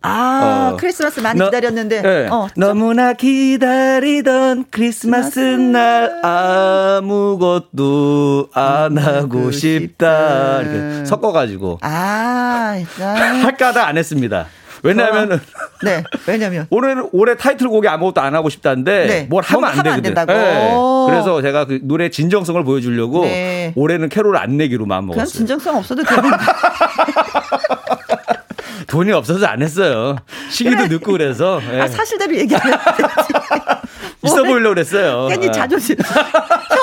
S1: 아,
S3: 어.
S1: 크리스마스 많이
S3: 너-
S1: 기다렸는데.
S3: 예.
S1: 어,
S3: 너무나 기다리던 크리스마스 날 아무것도 안 하고 싶다. 이렇게 섞어가지고
S1: 아, 일단.
S3: 할까 하다 안 했습니다. 왜냐하면
S1: 네. 왜냐면.
S3: 올해 올해 타이틀곡이 아무것도 안 하고 싶다는데
S1: 네.
S3: 뭘 하면 안
S1: 하면 안
S3: 되거든.
S1: 된다고.
S3: 예.
S1: 오.
S3: 그래서 제가 그 노래 진정성을 보여주려고
S1: 네.
S3: 뭐 올해는 캐롤 안 내기로 마음
S1: 그냥
S3: 먹었어요.
S1: 진정성 없어도 되는
S3: 돈이 없어서 안 했어요. 시기도 늦고 그래서 예.
S1: 아, 사실대로 얘기하면 되지.
S3: 있어
S1: 뭐래.
S3: 보이려고 그랬어요.
S1: 괜히
S3: 예.
S1: 자존심.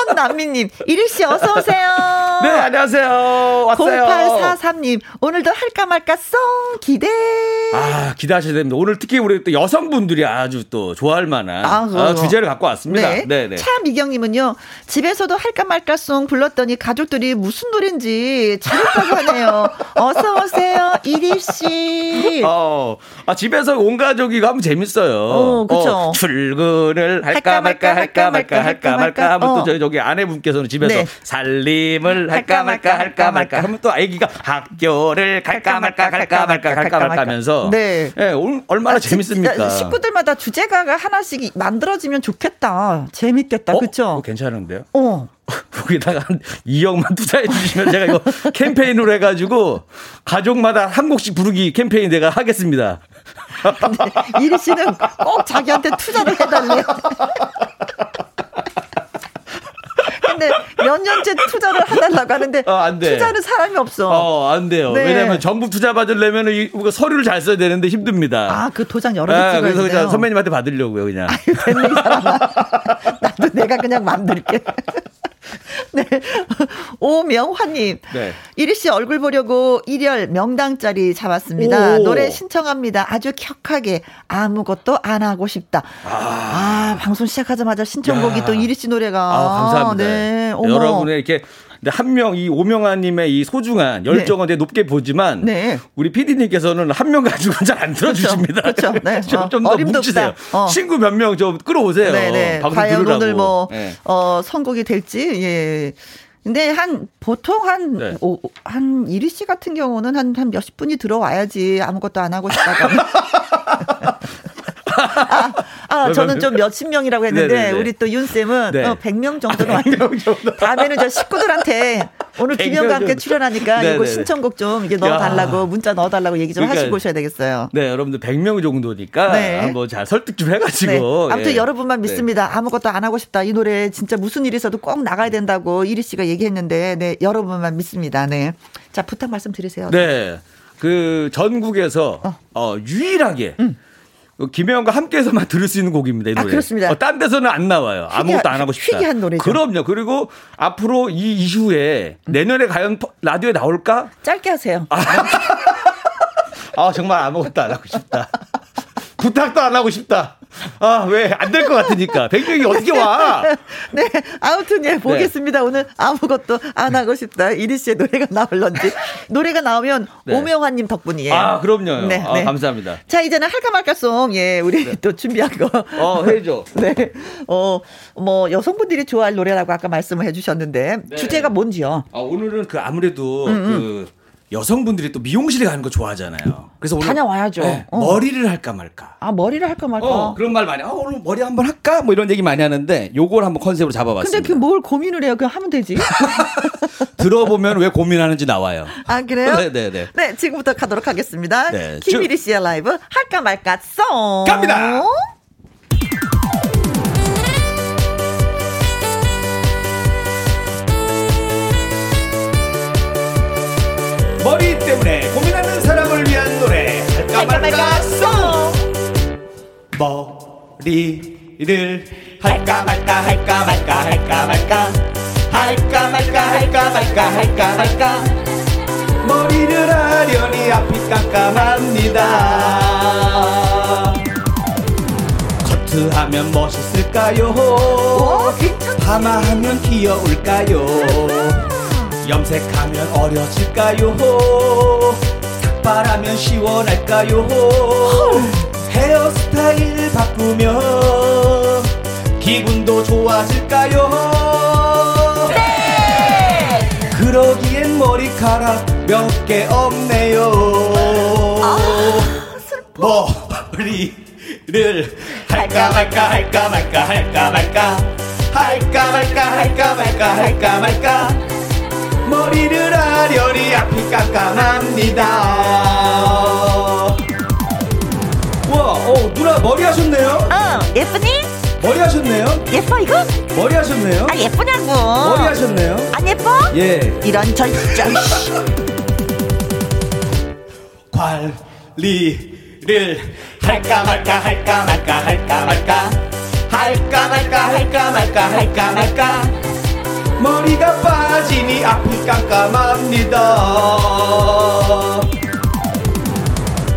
S1: 현남미님, 이리씨 어서오세요.
S3: 네 안녕하세요. 왔어요.
S1: 0843님, 오늘도 할까 말까 쏭 기대.
S3: 아 기대하셔야 됩니다. 오늘 특히 우리 또 여성분들이 아주 또 좋아할 만한
S1: 아, 그거.
S3: 아, 주제를 갖고 왔습니다.
S1: 네.
S3: 네, 네,
S1: 차미경님은요, 집에서도 할까 말까 쏭 불렀더니 가족들이 무슨 노래인지 잘했다고 하네요. 어서오세요, 이리씨.
S3: 어, 아, 집에서 온 가족이 이거 하면 재밌어요.
S1: 어, 그쵸.
S3: 출근을
S1: 할까
S3: 할까 말까 할까 말까 할까 말까 하면
S1: 어.
S3: 또 저희 저기 아내분께서는 집에서
S1: 네.
S3: 살림을
S6: 학교를 할까 말까 할까 말까 하면 또 아기가 학교를 갈까 말까 갈까 말까 갈까 말까 하면서
S1: 네.
S6: 예, 올- 얼마나
S1: 아, 지-
S6: 재밌습니까?
S1: 아, 식구들마다 주제가 하나씩 이- 만들어지면 좋겠다. 재밌겠다.
S6: 어? 그거
S1: 그쵸?
S6: 괜찮은데요?
S1: 어.
S6: 거기다가 한 2억만 투자해 주시면 제가 이거 캠페인으로 해가지고 가족마다 한 곡씩 부르기 캠페인 내가 하겠습니다.
S1: 이리 씨는 꼭 자기한테 투자를 해달래. 근데 몇 년째 투자를 해달라고 하는데
S6: 어, 안 돼.
S1: 투자는 사람이 없어.
S6: 어, 안 돼요.
S1: 네.
S6: 왜냐면 전부 투자 받으려면 이 이거 서류를 잘 써야 되는데 힘듭니다.
S1: 아 그 도장 여러 개 찍어야
S6: 네, 그래서
S1: 돼요.
S6: 그냥 선배님한테 받으려고요, 그냥.
S1: 됐네 이 사람아. 나도 내가 그냥 만들게. 네. 오명화님.
S6: 네.
S1: 이리 씨 얼굴 보려고 일열 명당짜리 잡았습니다.
S6: 오.
S1: 노래 신청합니다. 아주 격하게 아무것도 안 하고 싶다. 아, 방송 시작하자마자 신청곡이
S6: 야.
S1: 또 이리 씨 노래가.
S6: 아, 감사합니다.
S1: 네. 어머.
S6: 여러분의 이렇게 근데 한 명, 이 오명아님의 이 소중한 열정은 되게 높게 보지만
S1: 네.
S6: 우리 피디님께서는 한 명 가지고는 잘 안 들어주십니다.
S1: 그렇죠. 네. 어,
S6: 좀더
S1: 어림도
S6: 뭉치세요.
S1: 없다. 어.
S6: 친구 몇 명 좀 끌어오세요.
S1: 네네.
S6: 방송
S1: 과연
S6: 들으라고.
S1: 오늘 뭐,
S6: 네.
S1: 어, 선곡이 될지, 예. 근데 한, 보통 한,
S6: 네.
S1: 오, 한, 이리 씨 같은 경우는 한, 한 몇십 분이 들어와야지 아무것도 안 하고 싶다가. 아, 아, 저는 좀 몇십 명이라고 했는데,
S6: 네네네.
S1: 우리 또 윤쌤은
S6: 네.
S1: 어, 100명 정도는
S6: 아, 100명
S1: 왔는데,
S6: 정도.
S1: 다음에는 저 식구들한테 오늘
S6: 명
S1: 김영과 함께
S6: 정도.
S1: 출연하니까 이거
S6: 네네네.
S1: 신청곡 좀 이게 넣어달라고,
S6: 야.
S1: 문자 넣어달라고 얘기 좀
S6: 그러니까
S1: 하시고 오셔야 되겠어요.
S6: 네, 여러분들 100명 정도니까
S1: 네.
S6: 한번 잘 설득 좀 해가지고.
S1: 네. 아무튼
S6: 예.
S1: 여러분만
S6: 네.
S1: 믿습니다. 아무것도 안 하고 싶다. 이 노래 진짜 무슨 일이 있어도 꼭 나가야 된다고 이리 씨가 얘기했는데, 네, 여러분만 믿습니다. 네. 자, 부탁 말씀 드리세요.
S6: 네. 그 전국에서 어. 유일하게 그 김혜영과 함께해서만 들을 수 있는 곡입니다. 이
S1: 음. 아,
S6: 노래.
S1: 그렇습니다.
S6: 어, 딴 데서는 안 나와요. 아무것도 안 하고 싶다.
S1: 희귀한 노래죠. 음.
S6: 그럼요. 그리고 앞으로 이 이후에 내년에 과연 퍼- 라디오에 나올까?
S1: 짧게 하세요.
S6: 아 정말 아무것도 안 하고 싶다. 부탁도 안 하고 싶다. 아 왜 안 될 것 같으니까 백명이 어떻게 와?
S1: 네. 아무튼, 예, 보겠습니다. 오늘 아무것도 안 하고 싶다. 이리 씨의 노래가 나올런지. 노래가 나오면
S6: 네.
S1: 오명환님 덕분이에요. 네,
S6: 아 그럼요. 아, 감사합니다. 네.
S1: 자, 이제는 할까 말까송, 예, 우리 또 준비한 거.
S6: 어 해줘.
S1: 네. 어, 뭐, 여성분들이 좋아할 노래라고 아까 말씀을 해주셨는데,
S6: 네.
S1: 주제가 뭔지요?
S6: 아, 오늘은 그 아무래도
S1: 음,
S6: 그 여성분들이 또 미용실에 가는 거 좋아하잖아요. 그래서 오늘 네,
S1: 다녀와야죠. 어.
S6: 머리를 할까 말까.
S1: 아, 머리를 할까 말까?
S6: 어, 그런 말 많이. 아, 오늘 머리 한번 할까? 뭐 이런 얘기 많이 하는데 요걸 한번 컨셉으로
S1: 근데
S6: 잡아봤습니다.
S1: 그 뭘 고민을 해요? 그냥 하면 되지.
S6: 들어보면 왜 고민하는지 나와요.
S1: 아, 그래요?
S6: 네, 네, 네.
S1: 지금부터 가도록 하겠습니다.
S6: 네,
S1: 김미리 씨의 라이브 할까 말까 송.
S6: 갑니다! 머리 때문에 고민하는 사람을 위한 노래 할까
S1: 할까 말까 송.
S6: 머리를 할까 말까 할까 말까 할까 말까 할까 말까 할까 말까 할까 말까 머리를 하려니 앞이 깜깜합니다 커트하면
S1: 오,
S6: 멋있을까요
S1: 괜찮다.
S6: 파마하면 귀여울까요 염색하면 어려질까요 삭발하면 시원할까요 헤어스타일 바꾸면 기분도 좋아질까요 그러기엔 머리카락 몇 개 없네요 머리를 뭐 할까 말까 할까 말까 할까 말까 할까 말까 할까 말까 할까 말까 머리를 하려니 앞이 깜깜합니다 와, 어, 누나 머리 하셨네요?
S1: 어, 예쁘니?
S6: 머리 하셨네요?
S1: 예뻐 이거?
S6: 머리 하셨네요?
S1: 아 예쁘냐고.
S6: 머리 하셨네요?
S1: 안 예뻐? 네,
S6: 예.
S1: 이런 저 진짜.
S6: 관리를 할까 말까 할까 말까 할까 말까 할까 말까 할까 말까 할까 말까 머리가 빠지니 앞이 깜깜합니다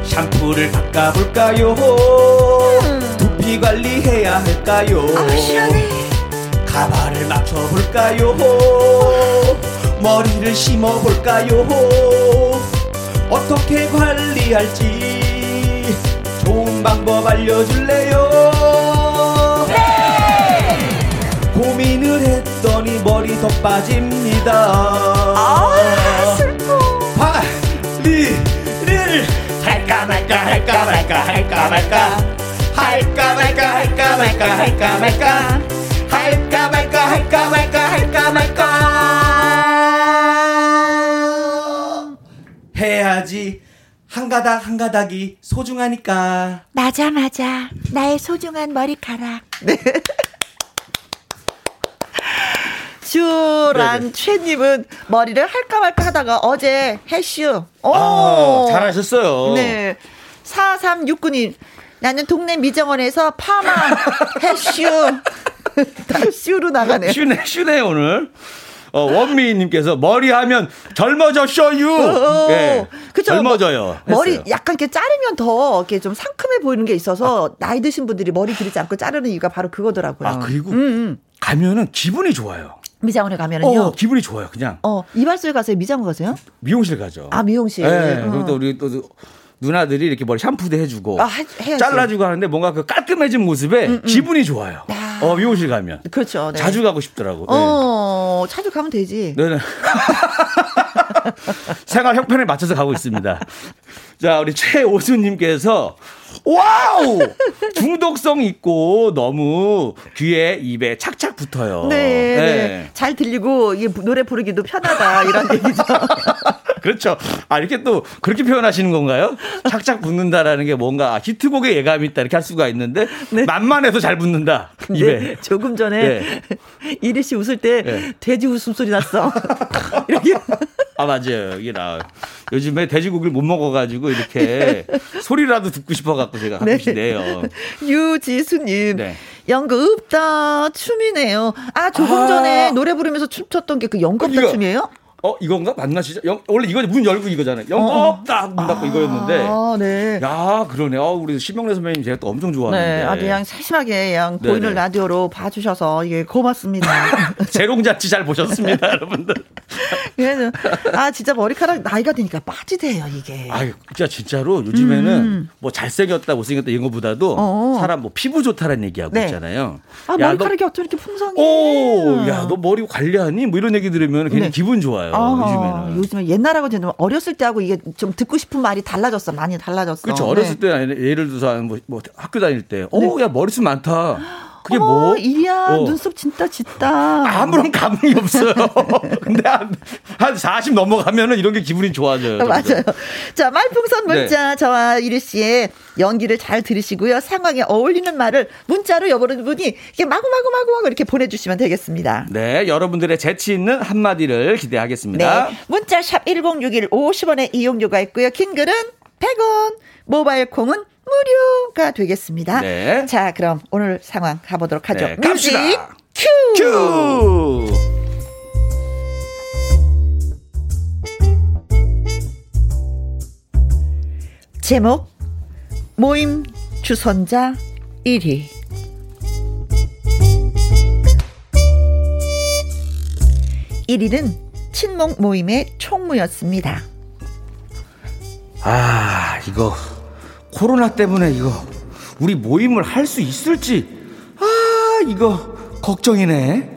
S6: 샴푸를 바꿔볼까요 두피 관리해야 할까요 가발을 맞춰볼까요? 머리를 심어볼까요? 어떻게 관리할지 좋은 방법 알려줄래요? 고민을 했더니 머리 더 빠집니다. 아, 슬퍼. 파리를 할까 말까 할까 말까 할까 말까 할까 말까 할까 말까 할까 말까 할까 말까 할까 말까 할까 말까 해야지 한 가닥 한 가닥이 소중하니까.
S9: 맞아 맞아 나의 소중한 머리카락
S1: 슈란 최님은 머리를 할까 말까 하다가 어제 해슈. 오.
S6: 아, 잘하셨어요.
S1: 네. 4369님. 나는 동네 미정원에서 파마 해슈. 다 슈로 나가네요.
S6: 쉬네, 쉬네, 오늘. 어, 원미님께서 머리하면 젊어졌어요.
S1: 오,
S6: 예.
S1: 그쵸. 뭐
S6: 젊어져요.
S1: 머리
S6: 했어요.
S1: 약간 이렇게 자르면 더 이렇게 좀 상큼해 보이는 게 있어서 나이 드신 분들이 머리 기르지 않고 자르는 이유가 바로 그거더라고요.
S6: 아, 그리고
S1: 음.
S6: 가면은 기분이 좋아요.
S1: 미장원에
S6: 어,
S1: 가면은요. 어,
S6: 기분이 좋아요. 그냥
S1: 이발소에 가세요? 미장원 가세요?
S6: 미용실 가죠.
S1: 아, 미용실.
S6: 예.
S1: 어.
S6: 그리고 또 우리 또 누나들이 이렇게 머리 샴푸도 해주고
S1: 아, 해- 해야죠.
S6: 잘라주고 하는데 뭔가 그 깔끔해진 모습에 기분이 좋아요.
S1: 아.
S6: 어, 미용실 가면
S1: 그렇죠. 네.
S6: 자주 가고 싶더라고. 예.
S1: 어, 자주 가면 되지.
S6: 네네. 생활 형편에 맞춰서 가고 있습니다. 자, 우리 최오수님께서 와우! 중독성 있고 너무 귀에 입에 착착 붙어요.
S1: 네, 네. 잘 들리고 이게 노래 부르기도 편하다 이런 얘기죠.
S6: 그렇죠. 아, 이렇게 또 그렇게 표현하시는 건가요? 착착 붙는다라는 게 뭔가 아, 히트곡에 예감이 있다 이렇게 할 수가 있는데
S1: 네.
S6: 만만해서 잘 붙는다. 입에.
S1: 근데 조금 전에 이리 씨 웃을 때
S6: 네.
S1: 돼지 웃음소리 났어. 이렇게
S6: 아 맞아요 이게 나 요즘에 돼지고기를 못 먹어가지고 이렇게
S1: 네.
S6: 소리라도 듣고 싶어갖고 제가 가끔씩 내요
S1: 유지수님.
S6: 네.
S1: 연극 없다 춤이네요. 아 조금
S6: 아.
S1: 전에 노래 부르면서 춤췄던 게 그 연극 없다
S6: 이거.
S1: 춤이에요?
S6: 어 이건가 맞나 진짜 영- 원래 이거 문 열고 이거잖아요 영
S1: 어.
S6: 없다 문 닫고 이거였는데
S1: 아, 네.
S6: 야 그러네 어 우리 심영래 선배님 제가 또 엄청 좋아하는데 예.
S1: 네, 아주 그냥 세심하게 그냥
S6: 네네.
S1: 보이는 라디오로 봐주셔서 이게 고맙습니다.
S6: 재롱잔치 잘 보셨습니다 여러분들
S1: 그래서 아 진짜 머리카락 나이가 드니까 빠지대요 이게.
S6: 아 진짜 진짜로 요즘에는 뭐 잘생겼다 못생겼다 이런 거보다도
S1: 음. 어.
S6: 사람 뭐 피부 좋다라는 얘기하고
S1: 네.
S6: 있잖아요
S1: 아
S6: 야, 너
S1: 머리카락이 어쩜 이렇게 풍성해?
S6: 오, 야, 너 머리 관리하니? 뭐 이런 얘기 들으면
S1: 네.
S6: 굉장히 기분 어, 좋아요.
S1: 아,
S6: 요즘에는.
S1: 요즘에 옛날하고 지금 어렸을 때하고 이게 좀 듣고 싶은 말이 달라졌어. 많이 달라졌어. 네.
S6: 그렇죠. 어렸을 때 아니- 예를 들어서 한 뭐, 뭐 학교 다닐 때, 오, 야 머리숱 많다. 그게
S1: 어머,
S6: 뭐?
S1: 이리야
S6: 어.
S1: 눈썹 진짜 짙다. 네.
S6: 아무런 감흥이 없어요. 근데 한, 한 40 넘어가면은 이런 게 기분이 좋아져요. 점점.
S1: 맞아요. 자, 말풍선
S6: 네.
S1: 문자 저와 이리 씨의 연기를 잘 들으시고요. 상황에 어울리는 말을 문자로 여러분이 이게 마구마구 마구마구 이렇게 보내주시면 되겠습니다.
S6: 네, 여러분들의 재치 있는 한마디를
S1: 네.
S6: 기대하겠습니다.
S1: 문자 샵 1061 50원의 이용료가 있고요. 긴 글은 100원, 모바일 콩은 무료가 되겠습니다.
S6: 네.
S1: 아, 자, 그럼 오늘 상황 가보도록 하죠.
S6: 네, 갑시다.
S1: 뮤직 큐!
S6: 큐!
S1: 제목 모임 주선자 1위 일위는 친목 모임의 총무였습니다.
S6: 아, 이거 코로나 때문에 이거 우리 모임을 할 수 있을지 아, 이거 걱정이네.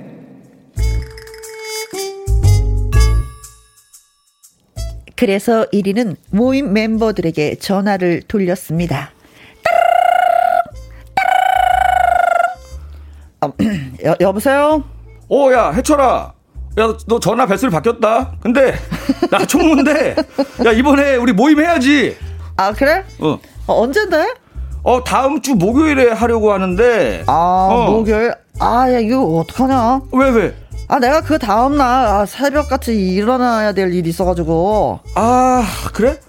S1: 그래서 1위는 모임 멤버들에게 전화를 돌렸습니다. 어, 여, 여보세요?
S6: 어, 야, 해철아. 야, 너 전화 뱃을 바뀌었다. 근데 나 총무인데. 야, 이번에 우리 모임 해야지.
S1: 아 그래?
S6: 어.
S1: 어, 언젠데?
S6: 어, 다음 주 목요일에 하려고 하는데.
S1: 아
S6: 어.
S1: 목요일 아 야, 이거 어떡하냐?
S6: 왜 왜?
S1: 아, 내가 그 다음날, 아, 새벽같이 일어나야 될 일이 있어가지고.
S6: 아, 그래?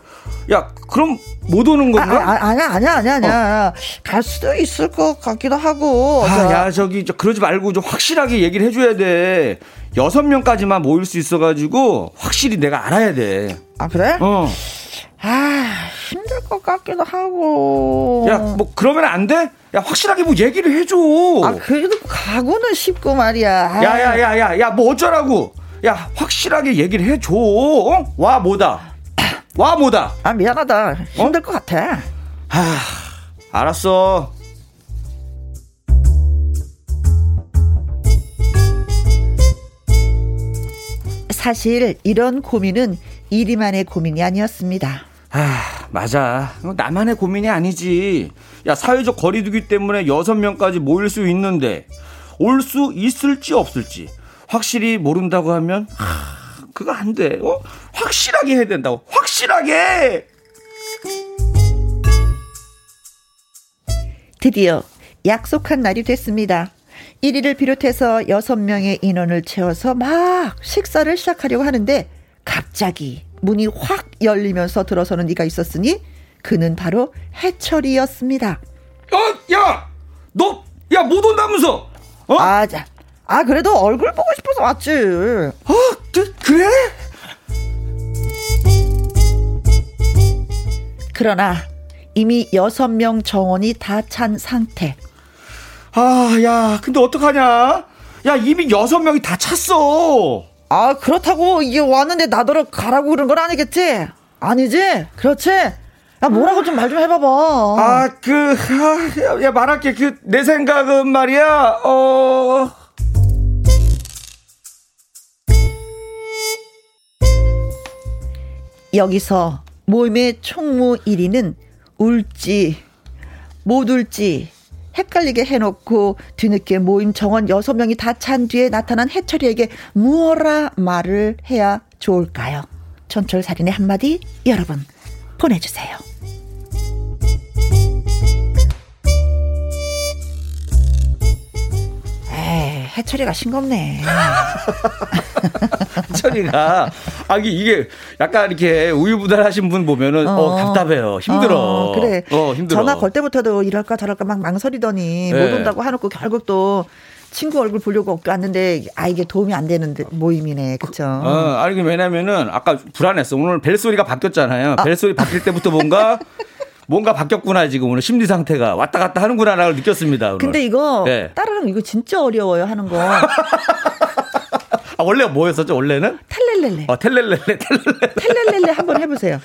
S6: 야, 그럼 못 오는
S1: 아,
S6: 건가? 어.
S1: 아, 아니야, 아니야, 아니야, 아니야. 갈 수도 있을 것 같기도 하고.
S6: 아,
S1: 저-
S6: 야, 저기, 저, 그러지 말고 좀 확실하게 얘기를 해줘야 돼. 여섯 명까지만 모일 수 있어가지고, 확실히 내가 알아야 돼.
S1: 아, 그래?
S6: 어.
S1: 아, 힘들 것 같기도 하고.
S6: 야, 뭐, 그러면 안 돼? 야, 확실하게 뭐 얘기를 해줘.
S1: 아, 그래도 가고는 싶고 말이야. 아,
S6: 야, 야, 야, 야, 야, 뭐 어쩌라고. 야, 확실하게 얘기를 해줘. 어? 와, 뭐다. 와, 뭐다.
S1: 아,
S6: 어?
S1: 미안하다. 힘들 것 같아.
S6: 알았어.
S1: 사실 이런 고민은 이리만의 고민이 아니었습니다.
S6: 아, 맞아. 이거 나만의 고민이 아니지. 야, 사회적 거리두기 때문에 여섯 명까지 모일 수 있는데 올 수 있을지 없을지 확실히 모른다고 하면 하, 그거 안 돼. 어? 확실하게 해야 된다고. 확실하게.
S1: 드디어 약속한 날이 됐습니다. 1위를 비롯해서 6명의 인원을 채워서 막 식사를 시작하려고 하는데 갑자기 문이 확 열리면서 들어서는 이가 있었으니 그는 바로 해철이었습니다.
S6: 어, 야, 너, 야, 못 온다면서? 어? 아,
S1: 아, 자. 아, 그래도 얼굴 보고 싶어서 왔지.
S6: 그, 그래?
S1: 그러나 이미 6명 정원이 다 찬 상태.
S6: 아, 야, 근데 어떡하냐? 야, 이미 여섯 명이 다 찼어.
S1: 아, 그렇다고 이게 왔는데 나더러 가라고 그런 건 아니겠지? 아니지? 그렇지? 야, 뭐라고 좀 말 좀 해봐봐.
S6: 아, 그, 아, 야, 야, 말할게. 그, 내 생각은 말이야, 어.
S1: 여기서 모임의 총무 1위는 울지, 못 울지, 헷갈리게 해놓고 뒤늦게 모임 정원 6명이 다 찬 뒤에 나타난 해철이에게 무어라 말을 해야 좋을까요? 천철살인의 한마디 여러분 보내주세요. 에이, 해철이가 싱겁네.
S6: 천이가. 아, 이게- 이게 약간 이렇게 우유부단하신 분 보면은, 어, 답답해요. 힘들어.
S1: 어, 그래.
S6: 어, 힘들어.
S1: 전화 걸 때부터도 이럴까 저럴까 막 망설이더니
S6: 네.
S1: 못 온다고 해놓고 결국 또 친구 얼굴 보려고 얻고 왔는데 아 이게 도움이 안 되는 듯 모임이네. 그쵸?
S6: 어, 아니, 그 왜냐면은, 아까 불안했어. 오늘 벨소리가 바뀌었잖아요. 벨소리 바뀔 때부터 뭔가, 뭔가 바뀌었구나, 지금 오늘 심리 상태가. 왔다 갔다 하는구나, 라고 느꼈습니다. 오늘.
S1: 근데 이거
S6: 네.
S1: 따르는 이거 진짜 어려워요 하는 거.
S6: 아, 원래 뭐였었죠, 원래는?
S1: 텔렐렐레.
S6: 어, 텔렐렐레, 텔렐렐레.
S1: 텔렐렐레 한번 해보세요.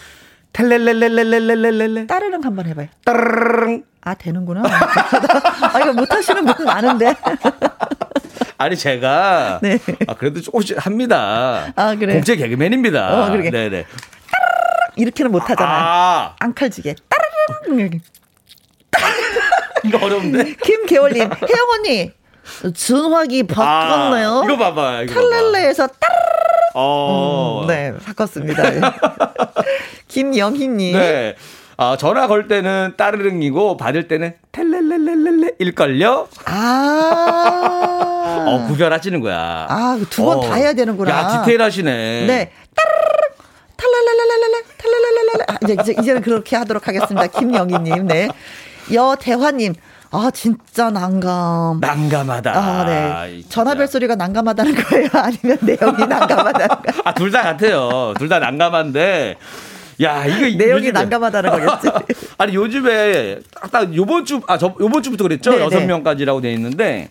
S6: 텔렐렐렐렐렐렐렐레.
S1: 따르릉 한번 해봐요.
S6: 따르릉.
S1: 아 되는구나. 아 이거 못하시는 분 많은데.
S6: 아니 제가
S1: 네.
S6: 아 그래도 조금씩 합니다.
S1: 아, 그래요?
S6: 공채 개그맨입니다.
S1: 어, 그러게.
S6: 네네.
S1: 이렇게는 못하잖아요.
S6: 아
S1: 안 칼지게. 따르릉.
S6: 이거 어려운데.
S1: 김계월님, 혜영 언니. 준화기 바꿨나요?
S6: 아, 이거 봐봐. 이거 봐봐.
S1: 탈렐레에서 따르릉.
S6: 어. 네.
S1: 네, 바꿨습니다. 김영희님.
S6: 아 전화 걸 때는 따르릉이고 받을 때는 텔렐렐렐렐레 일걸요.
S1: 아.
S6: 어 구별하시는 거야. 어.
S1: 아, 두번다 해야 되는구나.
S6: 야 디테일하시네.
S1: 네. 따르르 탈랄랄랄랄랄 탈랄랄랄랄 아, 이제, 이제 이제는 그렇게 하도록 하겠습니다. 김영희님, 네. 여대화님, 아 진짜 난감.
S6: 난감하다.
S1: 아, 네. 전화벨 소리가 난감하다는 거예요? 아니면 내용이 난감하다는 거예요?
S6: 아둘 다 같아요. 둘 다 난감한데. 야 이거
S1: 내용이
S6: 요즘에-
S1: 난감하다는 거겠지.
S6: 아니 요즘에 딱 요번 주 아 저 요번 주부터 그랬죠
S1: 네, 네.
S6: 여섯 명까지라고 돼 있는데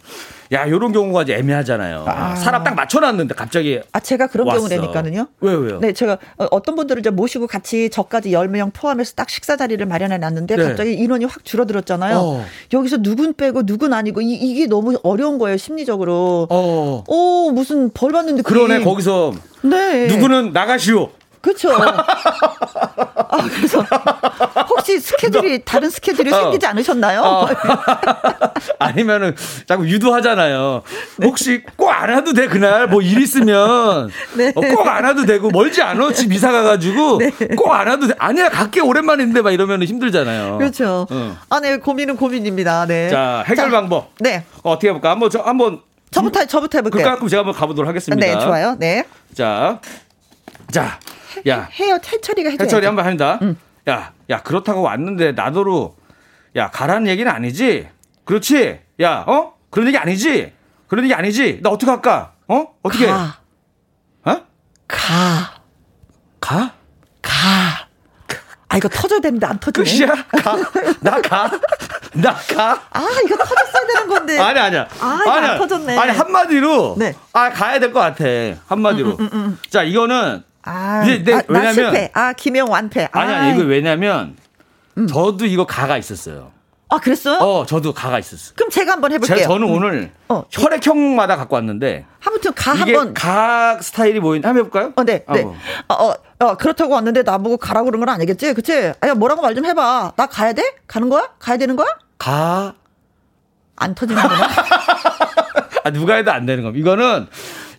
S6: 야 요런 경우가 이제 애매하잖아요 사람 딱 맞춰놨는데 갑자기
S1: 아, 제가 그런
S6: 왔어.
S1: 경우라니까는요.
S6: 왜요, 왜요?
S1: 네, 제가 어, 어떤 분들을 이제 모시고 같이 저까지 10명 포함해서 딱 식사 자리를 마련해 놨는데
S6: 네.
S1: 갑자기 인원이 확 줄어들었잖아요.
S6: 어.
S1: 여기서 누군 빼고 누군 아니고 이, 이게 너무 어려운 거예요, 심리적으로.
S6: 어
S1: 오, 무슨 벌 받는데
S6: 그러네
S1: 그림.
S6: 거기서
S1: 네.
S6: 누구는 나가시오
S1: 그렇죠. 아, 그래서 혹시 스케줄이 다른 스케줄이
S6: 어.
S1: 생기지 않으셨나요?
S6: 어. 아니면은 자꾸 유도하잖아요 혹시 꼭 안 와도 돼 그날 뭐 일 있으면 어,
S1: 네.
S6: 꼭 안 와도 되고 멀지 않아 집 이사 가가지고 꼭 안 와도 돼 아니야 갈게 오랜만인데 막 이러면 힘들잖아요
S1: 그렇죠.
S6: 응.
S1: 아, 네, 고민은 고민입니다. 네.
S6: 어. 자 해결 방법
S1: 네.
S6: 어떻게 해볼까 한번 저 한번
S1: 저부터, 저부터 해볼게요.
S6: 그까 그럼 제가 한번 가보도록 하겠습니다.
S1: 네, 좋아요. 네.
S6: 자, 자, 야
S1: 헤어 해처리가 해줘야
S6: 해철이 한번 한다. 야, 야 그렇다고 왔는데 나더러 야 가라는 얘기는 아니지. 그렇지? 야, 어? 그런 얘기 아니지. 그런 얘기 아니지. 나 어떻게 할까? 어? 어떻게?
S1: 가,
S6: 어?
S1: 가,
S6: 가?
S1: 가. 아, 이거 터져야 되는데 안 터지네.
S6: 끝이야? 가? 나 가? 나 가?
S1: 아, 이거 터졌어야 되는 건데.
S6: 아니 아니야.
S1: 아, 이거 안 터졌네.
S6: 아니 한마디로.
S1: 네.
S6: 아 가야 될 것 같아. 한마디로. 자 이거는
S1: 아,
S6: 이제 내-
S1: 아, 나
S6: 왜냐면-
S1: 실패. 아, 김영 완패.
S6: 아니
S1: 아,
S6: 아니 이거 왜냐면 저도 이거 가가 있었어요.
S1: 아, 그랬어요?
S6: 어, 저도 가가 있었어.
S1: 그럼 제가 한번 해볼게요.
S6: 제 저는 오늘
S1: 어.
S6: 혈액형마다 갖고 왔는데
S1: 아무튼 가
S6: 이게
S1: 한번.
S6: 가 스타일이 뭐인? 한번 해볼까요?
S1: 어, 네,
S6: 아,
S1: 네.
S6: 뭐.
S1: 어, 어, 어, 그렇다고 왔는데 나보고 가라고 그런 건 아니겠지? 그치? 아야, 뭐라고 말 좀 해봐. 나 가야 돼? 가는 거야? 가야 되는 거야?
S6: 가.
S1: 안 터지는구나.
S6: 아 누가 해도 안 되는 겁니다. 이거는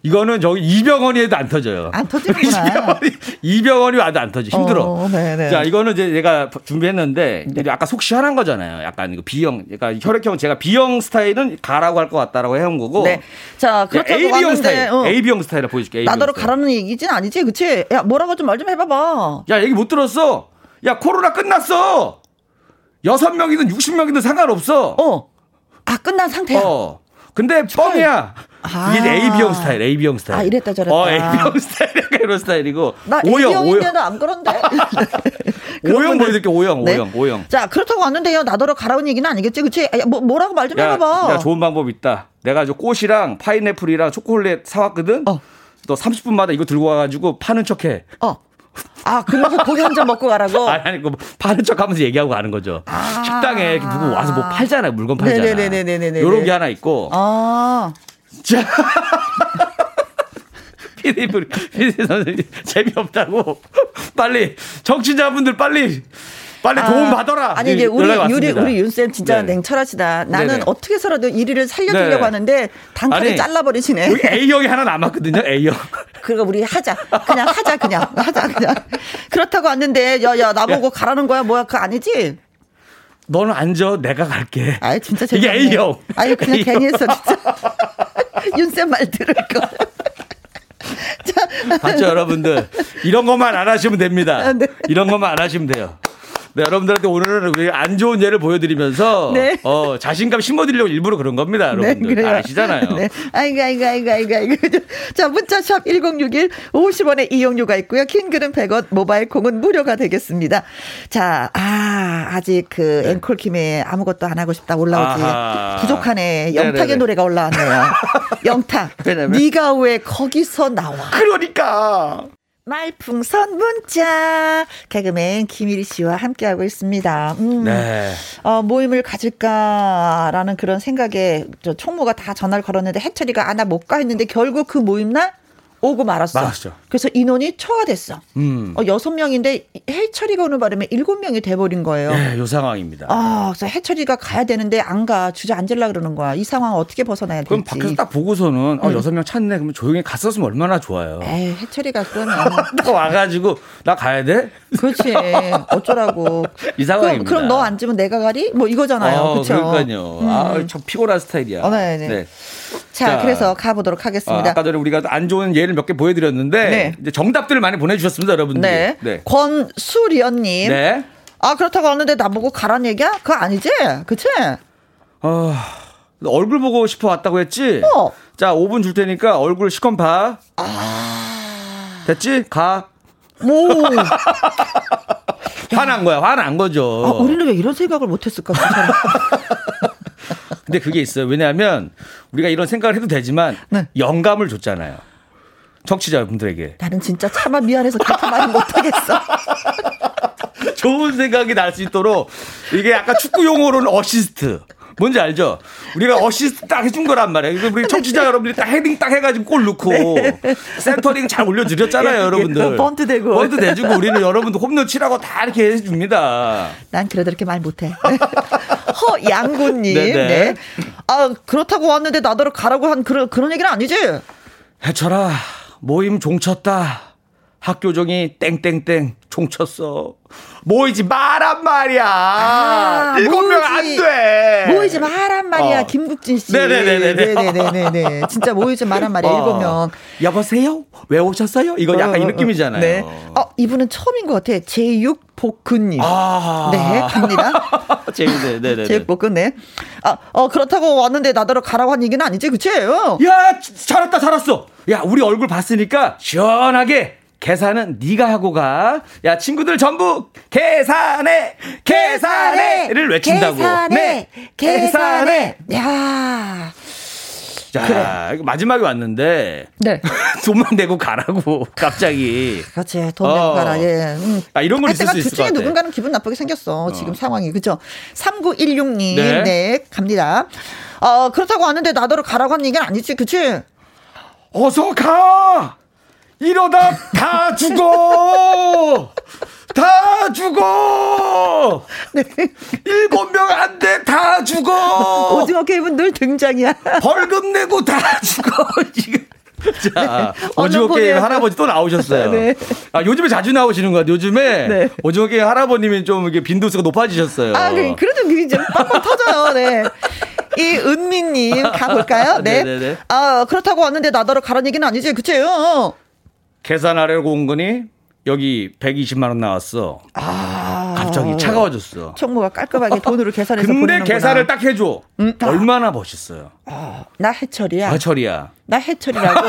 S6: 이거는 저기 이병헌이 해도 안 터져요.
S1: 안 터지는구나.
S6: 이병헌이, 이병헌이 와도 안 터져. 힘들어.
S1: 어, 네네. 네.
S6: 자, 이거는 이제 내가 준비했는데 근데 아까 속시원한 거잖아요. 약간 이거 B형, 그러니까 혈액형 제가 B형 스타일은 가라고 할 것 같다라고 해온 거고.
S1: 네. 자, 그렇다고
S6: AB형
S1: 왔는데.
S6: 스타일,
S1: 어,
S6: AB형 스타일을 보여줄게. AB형
S1: 나더러
S6: 스타일.
S1: 가라는 얘기진 아니지? 그치? 야, 뭐라고 좀 말 좀 해봐봐.
S6: 야, 얘기 못 들었어. 야, 코로나 끝났어. 여섯 명이든 육십 명이든 상관없어.
S1: 어. 아, 끝난 상태야.
S6: 어. 근데 뻥이야.
S1: 아.
S6: 이게 이제 AB형 스타일, AB형 스타일.
S1: 아, 이랬다 저랬다.
S6: 어, AB형 스타일, 약간 이런 스타일이고.
S1: 나
S6: A형인데
S1: A형인데도 안 그런데. 그런
S6: 오형
S1: 분들-
S6: 보여드릴게, 오형, 오형, 오형.
S1: 자, 그렇다고 왔는데요. 나더러 가라는 얘기는 아니겠지? 그치? 아, 야, 뭐, 뭐라고 말 좀
S6: 야,
S1: 해봐봐.
S6: 야, 좋은 방법 있다. 내가 저 꽃이랑 파인애플이랑 초콜릿 사왔거든.
S1: 어.
S6: 너 30분마다 이거 들고 와가지고 파는 척해.
S1: 어. 아, 그러면서 고기 한 잔 먹고 가라고? 아.
S6: 아니, 아니, 그거 뭐 파는 척 하면서 얘기하고 가는 거죠. 식당에 누구 와서 뭐 팔잖아요. 물건 팔잖아.
S1: 네네네네네네네.
S6: 요런 게 하나 있고.
S1: 아.
S6: 자. 피디, 분- 피디 선생님, 재미없다고. 빨리, 정치자분들 빨리, 빨리 도움 받아라. 예,
S1: 아니 이제 우리
S6: 연락이
S1: 유리
S6: 왔습니다.
S1: 우리 윤쌤 진짜
S6: 네.
S1: 냉철하시다. 나는
S6: 네네.
S1: 어떻게 해서라도 1위를 살려주려고
S6: 네네.
S1: 하는데 단칼에
S6: 아니,
S1: 잘라버리시네.
S6: 우리 A형이 하나 남았거든요, A형.
S1: 그러니까 우리 하자. 그냥 하자 그냥 하자 그냥. 그렇다고 왔는데 야야 나보고 가라는 거야 뭐야 그거 아니지?
S6: 너는 앉아, 내가 갈게.
S1: 아이 진짜
S6: 이게
S1: 재밌네.
S6: A형.
S1: 아유 그냥
S6: A형.
S1: 괜히 했어 진짜. 윤쌤 말 들을 거. 자,
S6: 봤죠, 여러분들. 이런 것만 안 하시면 됩니다.
S1: 아, 네.
S6: 이런 것만 안 하시면 돼요. 네, 여러분들한테 오늘은 우리 안 좋은 예를 보여드리면서
S1: 네.
S6: 어, 자신감 심어드리려고 일부러 그런 겁니다, 여러분들. 다 아시잖아요.
S1: 네. 아이고, 아이고, 아이고, 아이고, 아이고. 자, 문자샵 1061, 50원의 이용료가 있고요. 킹글은 100원, 모바일 콩은 무료가 되겠습니다. 자, 아, 아직 그 앵콜킴에 아무것도 안 하고 싶다 올라오지.
S6: 네. 아하.
S1: 부족하네.
S6: 네네네.
S1: 영탁의 노래가 올라왔네요. 영탁.
S6: 왜냐면-
S1: 네가 왜 거기서 나와?
S6: 그러니까.
S1: 말풍선 문자. 개그맨 김일희 씨와 함께하고 있습니다. 음.
S6: 네.
S1: 어, 모임을 가질까라는 그런 생각에 저 총무가 다 전화를 걸었는데 해철이가 아 나 못 가 했는데 결국 그 모임 날 오고 말았어.
S6: 말았죠.
S1: 그래서 인원이 초과됐어.
S6: 음.
S1: 어, 여섯 명인데 해철이가 오는 바람에 일곱 명이 돼버린 거예요.
S6: 네, 요 상황입니다.
S1: 아, 그래서 해철이가 가야 되는데 안 가. 주저앉으려 그러는 거야. 이 상황 어떻게 벗어나야
S6: 그럼
S1: 될지.
S6: 밖에서 딱 보고서는
S1: 음.
S6: 어, 여섯 명 찾네. 그러면 조용히 갔었으면 얼마나 좋아요.
S1: 에이, 해철이가 그러면.
S6: 딱 와가지고 나 가야 돼?
S1: 그렇지. 어쩌라고.
S6: 이
S1: 그럼,
S6: 상황입니다.
S1: 그럼 너 앉으면 내가 가리? 뭐 이거잖아요.
S6: 어,
S1: 그쵸? 음.
S6: 그러니까요. 아, 참 피곤한 스타일이야.
S1: 어, 네, 네. 자,
S6: 자.
S1: 그래서 가보도록
S6: 아,
S1: 하겠습니다.
S6: 아까 전에 우리가 안 좋은 예를 몇 개 보여드렸는데
S1: 네.
S6: 이제 정답들을 많이 보내주셨습니다, 여러분들.
S1: 네. 권수련님.
S6: 네.
S1: 아, 그렇다고 하는데 나보고 가란 얘기야? 그거 아니지? 그치?
S6: 어, 너 얼굴 보고 싶어 왔다고 했지?
S1: 어.
S6: 자, 5분 줄 테니까 얼굴 시컷 봐.
S1: 아.
S6: 됐지? 가.
S1: 오.
S6: 화난 거야. 화난 거죠.
S1: 아, 우리는 왜 이런 생각을 못했을까? 그 사람.
S6: 근데 그게 있어요. 왜냐하면 우리가 이런 생각을 해도 되지만
S1: 네.
S6: 영감을 줬잖아요. 청취자분들에게
S1: 나는 진짜 차마 미안해서 그렇게 말은 못하겠어.
S6: 좋은 생각이 날 수 있도록 이게 약간 축구 용어로는 어시스트. 뭔지 알죠? 우리가 어시스트 딱 해준 거란 말이에요. 그래서 우리 청취자 여러분들이 딱 헤딩 딱 해가지고 골 넣고
S1: 네.
S6: 센터링 잘 올려드렸잖아요, 여러분들.
S1: 예, 번트 대고.
S6: 번트 대주고 우리는 여러분들 홈런 치라고 다 이렇게 해줍니다.
S1: 난 그래도 이렇게 말 못해. 허양구님.
S6: 네네.
S1: 네. 아, 그렇다고 왔는데 나더러 가라고 한 그런, 그런 얘기는 아니지?
S6: 해철아 모임 종쳤다 학교종이 땡땡땡 종쳤어 모이지 마란 말이야
S1: 아,
S6: 일곱 명
S1: 모이지-
S6: 안돼
S1: 모이지 마란 말이야,
S6: 어.
S1: 김국진 씨.
S6: 네네네네네.
S1: 네네네네네. 진짜 모이지 마란 말이야, 일곱 명.
S6: 어. 여보세요 왜 오셨어요 이거 약간 이
S1: 어, 어, 어.
S6: 느낌이잖아요
S1: 네. 어, 이분은 처음인 것 같아. 제육 복근님.
S6: 아
S1: 네, 갑니다.
S6: 재밌네 네네
S1: 제육 복근, 네. 아, 어, 그렇다고 왔는데 나더러 가라고 한 얘기는 아니지, 그치? 어.
S6: 야 잘했다 잘했어 야 우리 얼굴 봤으니까 시원하게 계산은 네가 하고 가. 야 친구들 전부 계산해, 계산해를 외친다고.
S9: 계산해,
S6: 네,
S9: 계산해.
S1: 야.
S6: 야, 이거 마지막에 왔는데
S1: 네.
S6: 돈만 내고 가라고 갑자기.
S1: 그렇지. 돈 내고
S6: 어.
S1: 가라. 예. 음.
S6: 아, 이런 건
S1: 하여튼
S6: 있을 수 있을
S1: 둘 중에
S6: 것 같아.
S1: 누군가는 기분 나쁘게 생겼어. 지금 상황이. 그죠? 3916님. 네.
S6: 네.
S1: 갑니다. 어, 그렇다고 하는데 나더러 가라고 하는 얘기는 아니지. 그치? 네.
S6: 어서 가! 이러다 다 죽어! 다 죽어! 일곱 명 안 돼, 다 죽어!
S1: 오징어 게임분들 등장이야.
S6: 벌금 내고 다 죽어, 지금. 자, 오징어
S1: 얼른
S6: 게임
S1: 보내요.
S6: 할아버지 또 나오셨어요.
S1: 네.
S6: 아, 요즘에 자주 나오시는 것 같아요. 요즘에
S1: 네.
S6: 오징어 게임 할아버님이 좀 이게 빈도수가 높아지셨어요.
S1: 아, 그, 그래도 그게 이제 빵빵 터져요. 네. 이 은미님 가볼까요? 네.
S6: 네네네.
S1: 아 그렇다고 왔는데 나더러 가란 얘기는 아니지, 그치요? 어.
S6: 계산하려고 온 거니 여기 120만원 나왔어. 아,
S1: 아.
S6: 갑자기 차가워졌어.
S1: 총무가 깔끔하게 돈으로 계산해서
S6: 근데
S1: 보내는구나.
S6: 계산을 딱 해줘.
S1: 음, 아.
S6: 얼마나 멋있어요.
S1: 나 해철이야.
S6: 대철이야.
S1: 나 해철이라고.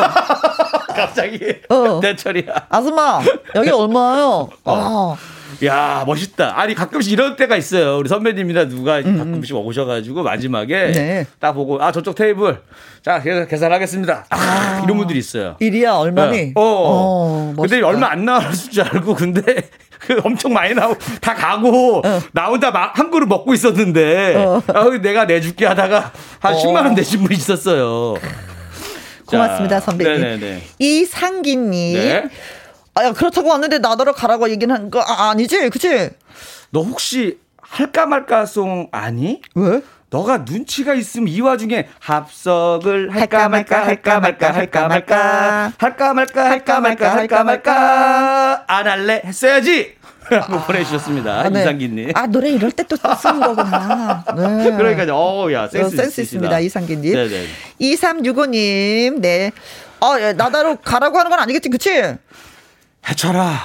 S6: 갑자기.
S1: 어.
S6: 대철이야.
S1: 아줌마 여기 얼마예요? 어.
S6: 야 멋있다. 아니 가끔씩 이런 때가 있어요. 우리 선배님이나 누가 가끔씩 오셔가지고 마지막에
S1: 음, 네.
S6: 딱 보고 아 저쪽 테이블 자 계산, 계산하겠습니다. 아, 이런 분들이 있어요.
S1: 일이야 얼마니?
S6: 네. 어. 근데
S1: 멋있다.
S6: 얼마 안 나왔을 줄 알고 근데 그 엄청 많이 나오고 다 가고
S1: 어.
S6: 나 혼자 마- 한 그릇 먹고 있었는데 아, 내가 내줄게 하다가 한
S1: 어.
S6: 10만 원 내신 분이 있었어요.
S1: 고맙습니다
S6: 자,
S1: 선배님.
S6: 네네네.
S1: 이상기님.
S6: 네.
S1: 아, 야, 그렇다고 왔는데 나더러 가라고 얘기는 한거 아, 아니지, 그치?
S6: 너 혹시 할까 말까송 아니?
S1: 왜?
S6: 너가 눈치가 있으면 이 와중에 합석을
S1: 할까
S6: 할까 말까 할까 말까 할까 말까 할까 말까 할까 말까 할까 말까 안 할래 했어야지 라고 보내주셨습니다
S1: 아, 네.
S6: 이상기님
S1: 아 노래 이럴 때 또 쓰는 거구나. 네.
S6: 그러니까 어우야
S1: 센스,
S6: 센스,
S1: 센스 있습니다, 이상기님.
S6: 네네
S1: 2365님, 네. 어, 예, 나더러 가라고 하는 건 아니겠지, 그치?
S6: 해철아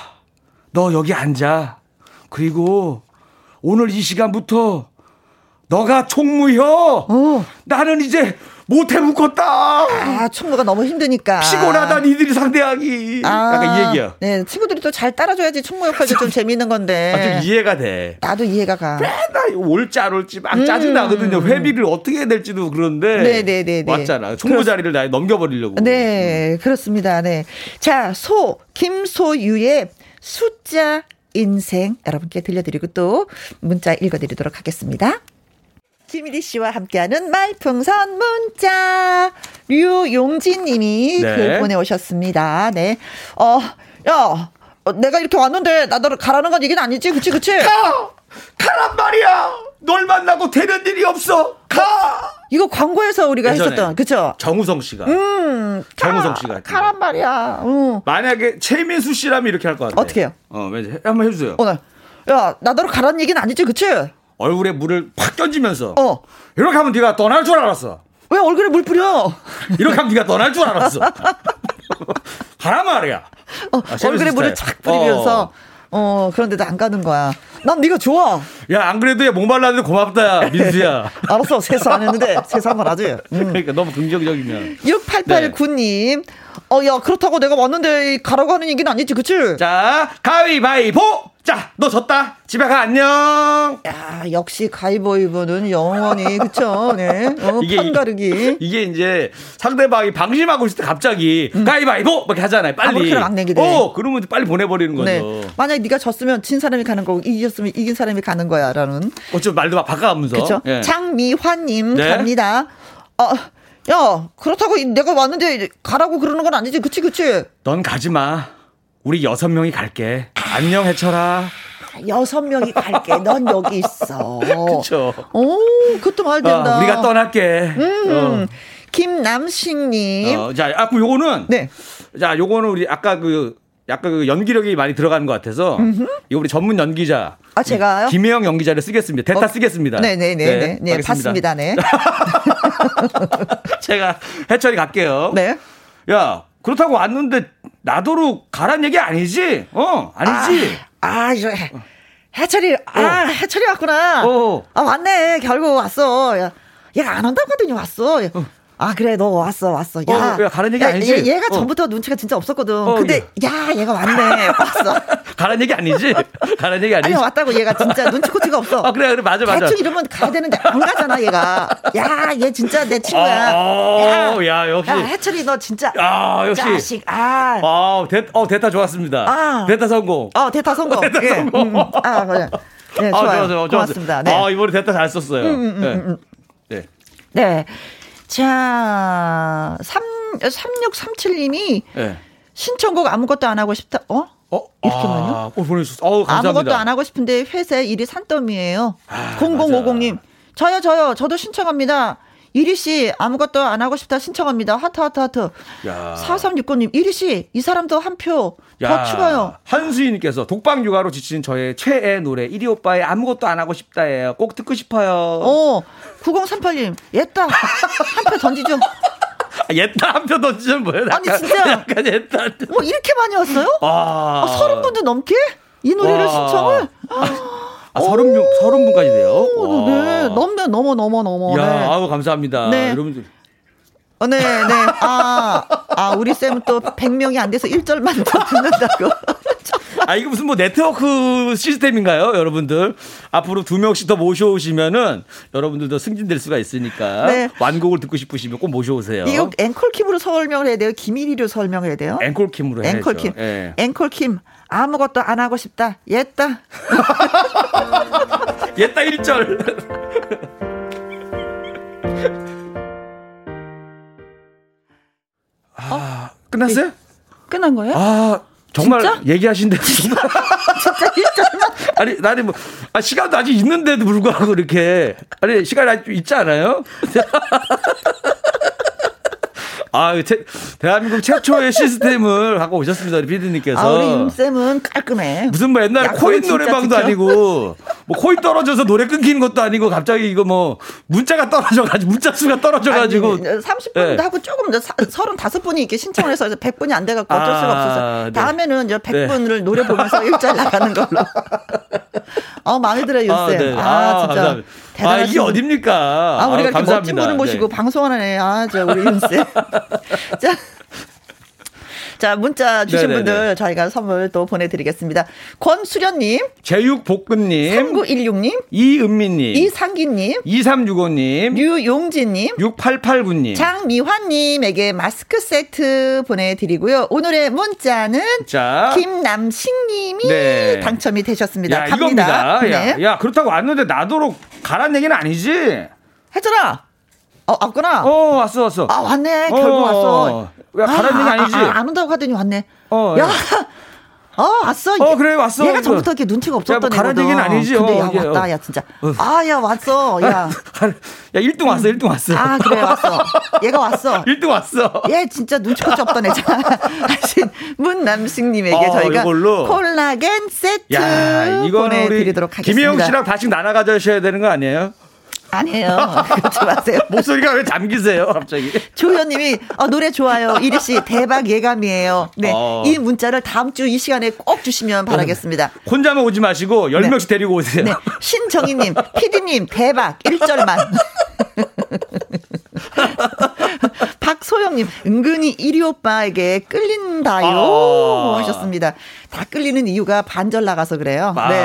S6: 너 여기 앉아 그리고 오늘 이 시간부터 너가 총무여 어. 나는 이제 못해 묶었다
S1: 아, 총무가 너무 힘드니까.
S6: 피곤하다 니들이 상대하기 약간 이 얘기야
S1: 네, 친구들이 또 잘 따라줘야지 총무 역할도 좀 재미있는 건데.
S6: 아, 좀 이해가 돼.
S1: 나도 이해가 가.
S6: 맨날 올지 안 올지 막 짜증 나거든요. 회비를 어떻게 해야 될지도 그런데
S1: 음. 네네네네.
S6: 왔잖아. 총무 자리를 나 넘겨버리려고.
S1: 네,
S6: 음.
S1: 그렇습니다. 네. 자, 소, 김소유의 숫자 인생 여러분께 들려드리고 또 문자 읽어드리도록 하겠습니다. 김일희 씨와 함께하는 말풍선 문자. 류용진 님이
S6: 네.
S1: 글 보내오셨습니다. 네. 어, 야, 어, 내가 이렇게 왔는데 나더러 가라는 건 얘기는 아니지? 그치, 그치?
S6: 가! 가란 말이야. 널 만나고 되는 일이 없어. 가.
S1: 이거 광고에서 우리가
S6: 예전에.
S1: 했었던, 그쵸? 음.
S6: 정우성 씨가. 정우성 씨가.
S1: 가란 말이야. 응.
S6: 만약에 최민수 씨라면 이렇게 할 것 같아.
S1: 어떻게 해요?
S6: 어, 왠지 해- 한번 해주세요.
S1: 오늘. 야, 나더러 가라는 얘기는 아니지? 그치?
S6: 얼굴에 물을 팍 던지면서
S1: 어.
S6: 이렇게 하면 네가 떠날 줄 알았어.
S1: 왜 얼굴에 물 뿌려?
S6: 이렇게 하면 네가 떠날 줄 알았어. 가란 말이야.
S1: 어,
S6: 아, 세미스
S1: 얼굴에 물을
S6: 스타일.
S1: 착 뿌리면서 어, 그런데도 안 가는 거야. 난 네가 좋아.
S6: 야 안 그래도 얘 목말랐는데 고맙다 야, 민수야.
S1: 알았어. 세수 안 했는데 세수 한번 하지. 음.
S6: 그러니까 너무
S1: 네.
S6: 긍정적이면.
S1: 6889님. 어, 야, 그렇다고 내가 왔는데 가라고 하는 얘기는 아니지, 그치?
S6: 자 가위바위보. 자 너 졌다. 집에 가 안녕.
S1: 야, 역시 가위바위보는 영원히, 그쵸? 네. 어, 판가르기.
S6: 이게 이제 상대방이 방심하고 있을 때 갑자기 가위바위보 막 하잖아요. 빨리.
S1: 음. 아무렇게나 막 내기를 해.
S6: 어 그러면 빨리 보내버리는 거죠.
S1: 네. 만약에 네가 졌으면 진 사람이 가는 거고, 이겼으면 이긴 사람이 가는 거야, 라는.
S6: 어쩜 말도 막 바꿔가면서.
S1: 그렇죠.
S6: 예.
S1: 장미환님
S6: 네.
S1: 갑니다. 어, 야 그렇다고 이- 내가 왔는데 가라고 그러는 건 아니지, 그치, 그치?
S6: 넌 가지 마. 우리 여섯 명이 갈게. 안녕 해철아.
S1: 아, 여섯 명이 갈게. 넌 여기 있어.
S6: 그쵸.
S1: 오, 그것도 말
S6: 어,
S1: 된다.
S6: 우리가 떠날게.
S1: 음, 김남식님.
S6: 어. 어, 자, 아, 그럼 요거는
S1: 네.
S6: 자, 요거는 우리 아까 그 약간 그 연기력이 많이 들어가는 것 같아서 이거 우리 전문 연기자
S1: 아, 제가요?
S6: 김혜영 연기자를 쓰겠습니다. 대타
S1: 어,
S6: 쓰겠습니다.
S1: 네네네.
S6: 네,
S1: 네, 네,
S6: 알겠습니다.
S1: 봤습니다. 네.
S6: 제가 해철이 갈게요.
S1: 네.
S6: 야 그렇다고 왔는데 나도로 가란 얘기 아니지? 어 아니지.
S1: 아, 이거 해- 해철이, 아, 해철이 왔구나.
S6: 어.
S1: 아, 왔네. 결국 왔어. 야, 얘가 안 온다고 하더니 왔어. 야, 아 그래 너 왔어 왔어 야,
S6: 어, 야, 다른 얘기 아니지?
S1: 얘, 얘가
S6: 어.
S1: 전부터 눈치가 진짜 없었거든
S6: 어,
S1: 근데 야 얘가 왔네 왔어
S6: 가란 얘기 아니지? 가란 얘기 아니지?
S1: 아. 아니 왔다고 얘가 진짜 눈치코치가 없어
S6: 아, 그래, 그래, 맞아, 맞아.
S1: 대충 이러면 가야 되는데 안 가잖아 얘가 야 얘 진짜 내 친구야
S6: 아, 아, 야, 역시.
S1: 야, 해철이 너 진짜
S6: 아, 역시.
S1: 자식 아
S6: 아, 됐, 어, 됐다 좋았습니다.
S1: 아.
S6: 됐다 성공.
S1: 어, 대타 성공.
S6: 대타
S1: 예.
S6: 성공.
S1: 아, 그래. 네,
S6: 아,
S1: 좋아요.
S6: 좋아, 좋아, 좋아.
S1: 고맙습니다. 네. 음,
S6: 아, 이번에 됐다 잘 썼어요. 네. 네.
S1: 네. 자, 3, 3637님이
S6: 네.
S1: 신청곡 아무것도 안 하고 싶다. 어?
S6: 어,
S1: 이렇게만요?
S6: 아, 어, 보내주셨어. 어, 감사합니다.
S1: 아무것도 안 하고 싶은데 회사에 일이 산더미예요.
S6: 아,
S1: 0050님. 저요, 저요. 저도 신청합니다. 이리 씨 아무것도 안 하고 싶다 신청합니다. 하트 하트 하트.
S6: 야.
S1: 4369님 이리 씨 이 사람도 한 표 더
S6: 야,
S1: 추가요.
S6: 한수희님께서 독방 육아로 지친 저의 최애 노래 이리 오빠의 아무것도 안 하고 싶다예요. 꼭 듣고 싶어요.
S1: 어. 9038님. 옛다. 한 표 던지죠.
S6: 아, 옛다 한표 던지면 뭐예요?
S1: 아니,
S6: 약간-
S1: 진짜.
S6: 약간 옛다. 한 표.
S1: 뭐 이렇게 많이 왔어요?
S6: 아,
S1: 아, 서른 분도 넘게 이 노래를
S6: 와.
S1: 신청을.
S6: 아, 서른 분 서른 분까지 돼요.
S1: 오, 네,
S6: 와.
S1: 넘네, 넘어, 넘어, 넘어.
S6: 야,
S1: 네.
S6: 아우 감사합니다.
S1: 네.
S6: 여러분들.
S1: 어, 네, 네. 아, 아, 우리 쌤은 또 100명이 안 돼서 1절만 더 듣는다고.
S6: 아 이거 무슨 뭐 네트워크 시스템인가요, 여러분들? 앞으로 두 명씩 더 모셔오시면은 여러분들도 승진될 수가 있으니까
S1: 네.
S6: 완곡을 듣고 싶으시면 꼭 모셔오세요.
S1: 이거 앵콜킴으로 설명을 해야 돼요? 기밀이로 설명해야 돼요?
S6: 앵콜킴으로 해야죠.
S1: 어? 앵콜킴.
S6: 예.
S1: 앵콜킴. 아무것도 안 하고 싶다. 옛다.
S6: 옛다 1절. 아, 끝났어요?
S1: 끝난 거예요?
S6: 아, 정말
S1: 네. 진짜?
S6: 얘기하신데 정말
S1: 진짜 1절만.
S6: 아니 나는 뭐 아, 시간도 아직 있는데도 불구하고 이렇게 아니 시간이 아직 있지 않아요? 아, 이거 제- 대한민국 최초의 시스템을 갖고 오셨습니다, 우리 피디님께서.
S1: 아, 우리 임쌤은 깔끔해.
S6: 무슨 뭐 옛날
S1: 야,
S6: 코인
S1: 코인 진짜
S6: 노래방도
S1: 듣죠?
S6: 아니고 뭐 코인 떨어져서 노래 끊기는 것도 아니고 갑자기 이거 뭐 문자가 떨어져가지고 문자 수가 떨어져가지고
S1: 30분도
S6: 예.
S1: 하고 조금 더 사- 35분이 이렇게 신청을 해서 100분이 안 돼갖고 어쩔 수가
S6: 아,
S1: 없어서
S6: 네.
S1: 다음에는 이제
S6: 네.
S1: 100분을 노래 보면서 일절 나가는 걸로. 어 마음에 들어요 요새. 아,
S6: 네.
S1: 진짜
S6: 감사합니다. 아,
S1: 대단한
S6: 이게 어딥니까?
S1: 아 우리가 이렇게
S6: 감사합니다.
S1: 멋진 분을 모시고
S6: 네.
S1: 방송하는 애. 아저 우리 윤쌤. 자. 자, 문자 주신
S6: 네네네.
S1: 분들 저희가 선물 또 보내드리겠습니다. 권수련님,
S6: 제육볶음님,
S1: 3916님,
S6: 이은미님,
S1: 이상기님,
S6: 2365님,
S1: 류용진님,
S6: 6889님.
S1: 장미환님에게 마스크 세트 보내드리고요. 오늘의 문자는
S6: 자.
S1: 김남식님이
S6: 네.
S1: 당첨이 되셨습니다.
S6: 야,
S1: 갑니다.
S6: 이겁니다. 야,
S1: 네.
S6: 야, 그렇다고 왔는데 나도록 가란 얘기는 아니지?
S1: 혜철아, 어, 왔구나.
S6: 어, 왔어, 왔어.
S1: 아 왔네.
S6: 어,
S1: 결국
S6: 어,
S1: 왔어.
S6: 야, 가라는
S1: 아,
S6: 얘기
S1: 아,
S6: 아니지?
S1: 아, 안 온다고 하더니 왔네.
S6: 어,
S1: 야.
S6: 예.
S1: 어 왔어.
S6: 어, 그래, 왔어.
S1: 얘가
S6: 이거.
S1: 전부터 이렇게 눈치가
S6: 야, 뭐
S1: 없었던
S6: 가라는
S1: 애거든.
S6: 얘기는 아니지.
S1: 근데
S6: 어,
S1: 야
S6: 이게,
S1: 왔다.
S6: 어.
S1: 야 진짜. 아 야 왔어. 야.
S6: 야, 1등 왔어, 1등 왔어.
S1: 아 그래 왔어. 얘가 왔어.
S6: 1등 왔어.
S1: 얘 예, 진짜 눈치코치 없던 애잖아. 하신 문남식님에게
S6: 어,
S1: 저희가
S6: 이걸로.
S1: 콜라겐 세트
S6: 야, 이거는 우리
S1: 보내드리도록 하겠습니다.
S6: 김혜영 씨랑 다씩 나눠 가져셔야 되는 거 아니에요?
S1: 아니에요. 그러지 마세요.
S6: 목소리가 왜 잠기세요, 갑자기?
S1: 조현님이 어, 노래 좋아요. 이리 씨 대박 예감이에요. 네,
S6: 어. 네.
S1: 이 문자를 다음 주 이 시간에 꼭 주시면 바라겠습니다.
S6: 혼자만 오지 마시고
S1: 네.
S6: 10명씩 데리고 오세요.
S1: 네, 신정희님, 피디님 대박 1절만. 박소영님 은근히 이리 오빠에게 끌린다요 뭐
S6: 아.
S1: 하셨습니다. 다 끌리는 이유가 반절 나가서 그래요.
S6: 아.
S1: 네,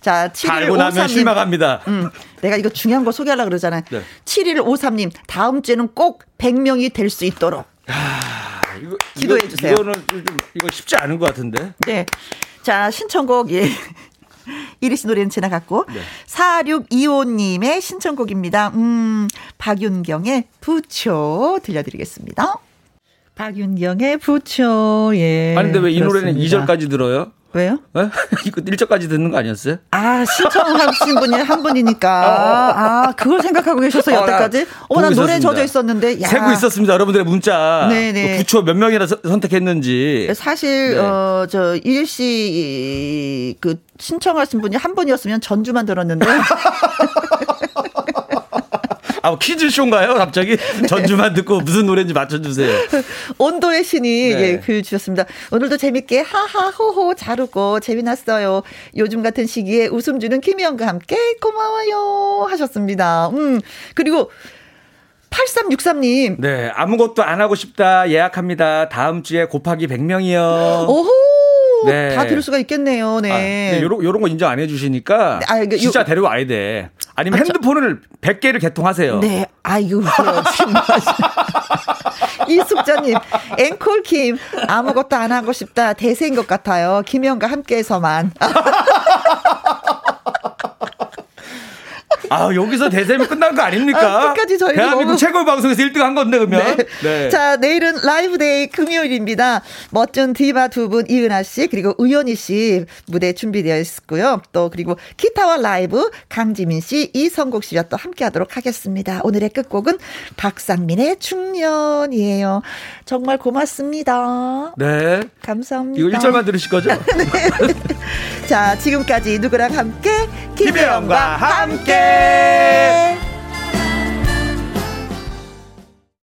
S1: 자
S6: 다 알고 나면
S1: 7153님.
S6: 실망합니다.
S1: 음, 내가 이거 중요한 거 소개하려고 그러잖아요.
S6: 네.
S1: 7153님, 다음 주에는 꼭 100명이 될 수 있도록.
S6: 아, 이거,
S1: 기도해
S6: 이거-
S1: 주세요.
S6: 이거는 좀- 이거 쉽지 않은 것 같은데.
S1: 네. 자, 신청곡, 예. 이리 씨 노래는 지나갔고.
S6: 네.
S1: 4625님의 신청곡입니다. 음, 박윤경의 부초 들려드리겠습니다. 박윤경의 부초, 예.
S6: 아니 근데 왜 이 노래는
S1: 그렇습니다.
S6: 2절까지 들어요?
S1: 왜요?
S6: 에? 이거 1절까지 듣는 거 아니었어요?
S1: 아, 신청하신 분이 한 분이니까. 아, 그걸 생각하고 계셔서
S6: 어, 나
S1: 여태까지. 어,
S6: 보고
S1: 난 노래
S6: 있었습니다.
S1: 젖어 있었는데. 야.
S6: 세고 있었습니다. 여러분들의 문자. 뭐
S1: 네네.
S6: 부초 몇 명이나 서- 선택했는지.
S1: 예, 사실
S6: 네.
S1: 어 저 이일 씨그 신청하신 분이 한 분이었으면 전주만 들었는데
S6: 아, 뭐 퀴즈쇼인가요? 갑자기?
S1: 네.
S6: 전주만 듣고 무슨 노래인지 맞춰주세요.
S1: 온도의 신이
S6: 네.
S1: 예, 글 주셨습니다. 오늘도 재밌게 하하호호 잘 웃고 재미났어요. 요즘 같은 시기에 웃음 주는 김희영과 함께 고마워요 하셨습니다. 음 그리고 8363님.
S6: 네, 아무것도 안 하고 싶다. 예약합니다. 다음 주에 곱하기 100명이요.
S1: 오호!
S6: 어? 네.
S1: 다 들을 수가 있겠네요.
S6: 아, 근데
S1: 네.
S6: 요런, 요런 거 인정 안 해주시니까
S1: 네, 아, 이게 요- 그렇죠.
S6: 진짜 데려와야 돼. 아니면 핸드폰을 100개를 개통하세요.
S1: 네, 아이고, 웃겨요, 정말. 이숙자님, 앵콜 김, 아무것도 안 하고 싶다, 대세인 것 같아요. 김영과 함께해서만.
S6: 아, 여기서 대세면 끝난 거 아닙니까?
S1: 아, 끝까지 저희는
S6: 대한민국
S1: 너무-
S6: 최고 방송에서 1등 한 건데, 그러면.
S1: 네.
S6: 네.
S1: 자, 내일은 라이브 데이 금요일입니다. 멋진 디바 두 분, 이은하 씨, 그리고 의연희 씨 무대 준비되어 있고요. 또, 그리고 기타와 라이브 강지민 씨, 이성국 씨와 또 함께 하도록 하겠습니다. 오늘의 끝곡은 박상민의 중년이에요. 정말 고맙습니다.
S6: 네.
S1: 감사합니다.
S6: 이거 1절만 들으실 거죠?
S1: 자, 지금까지 누구랑 함께?
S6: 김혜영과 함께!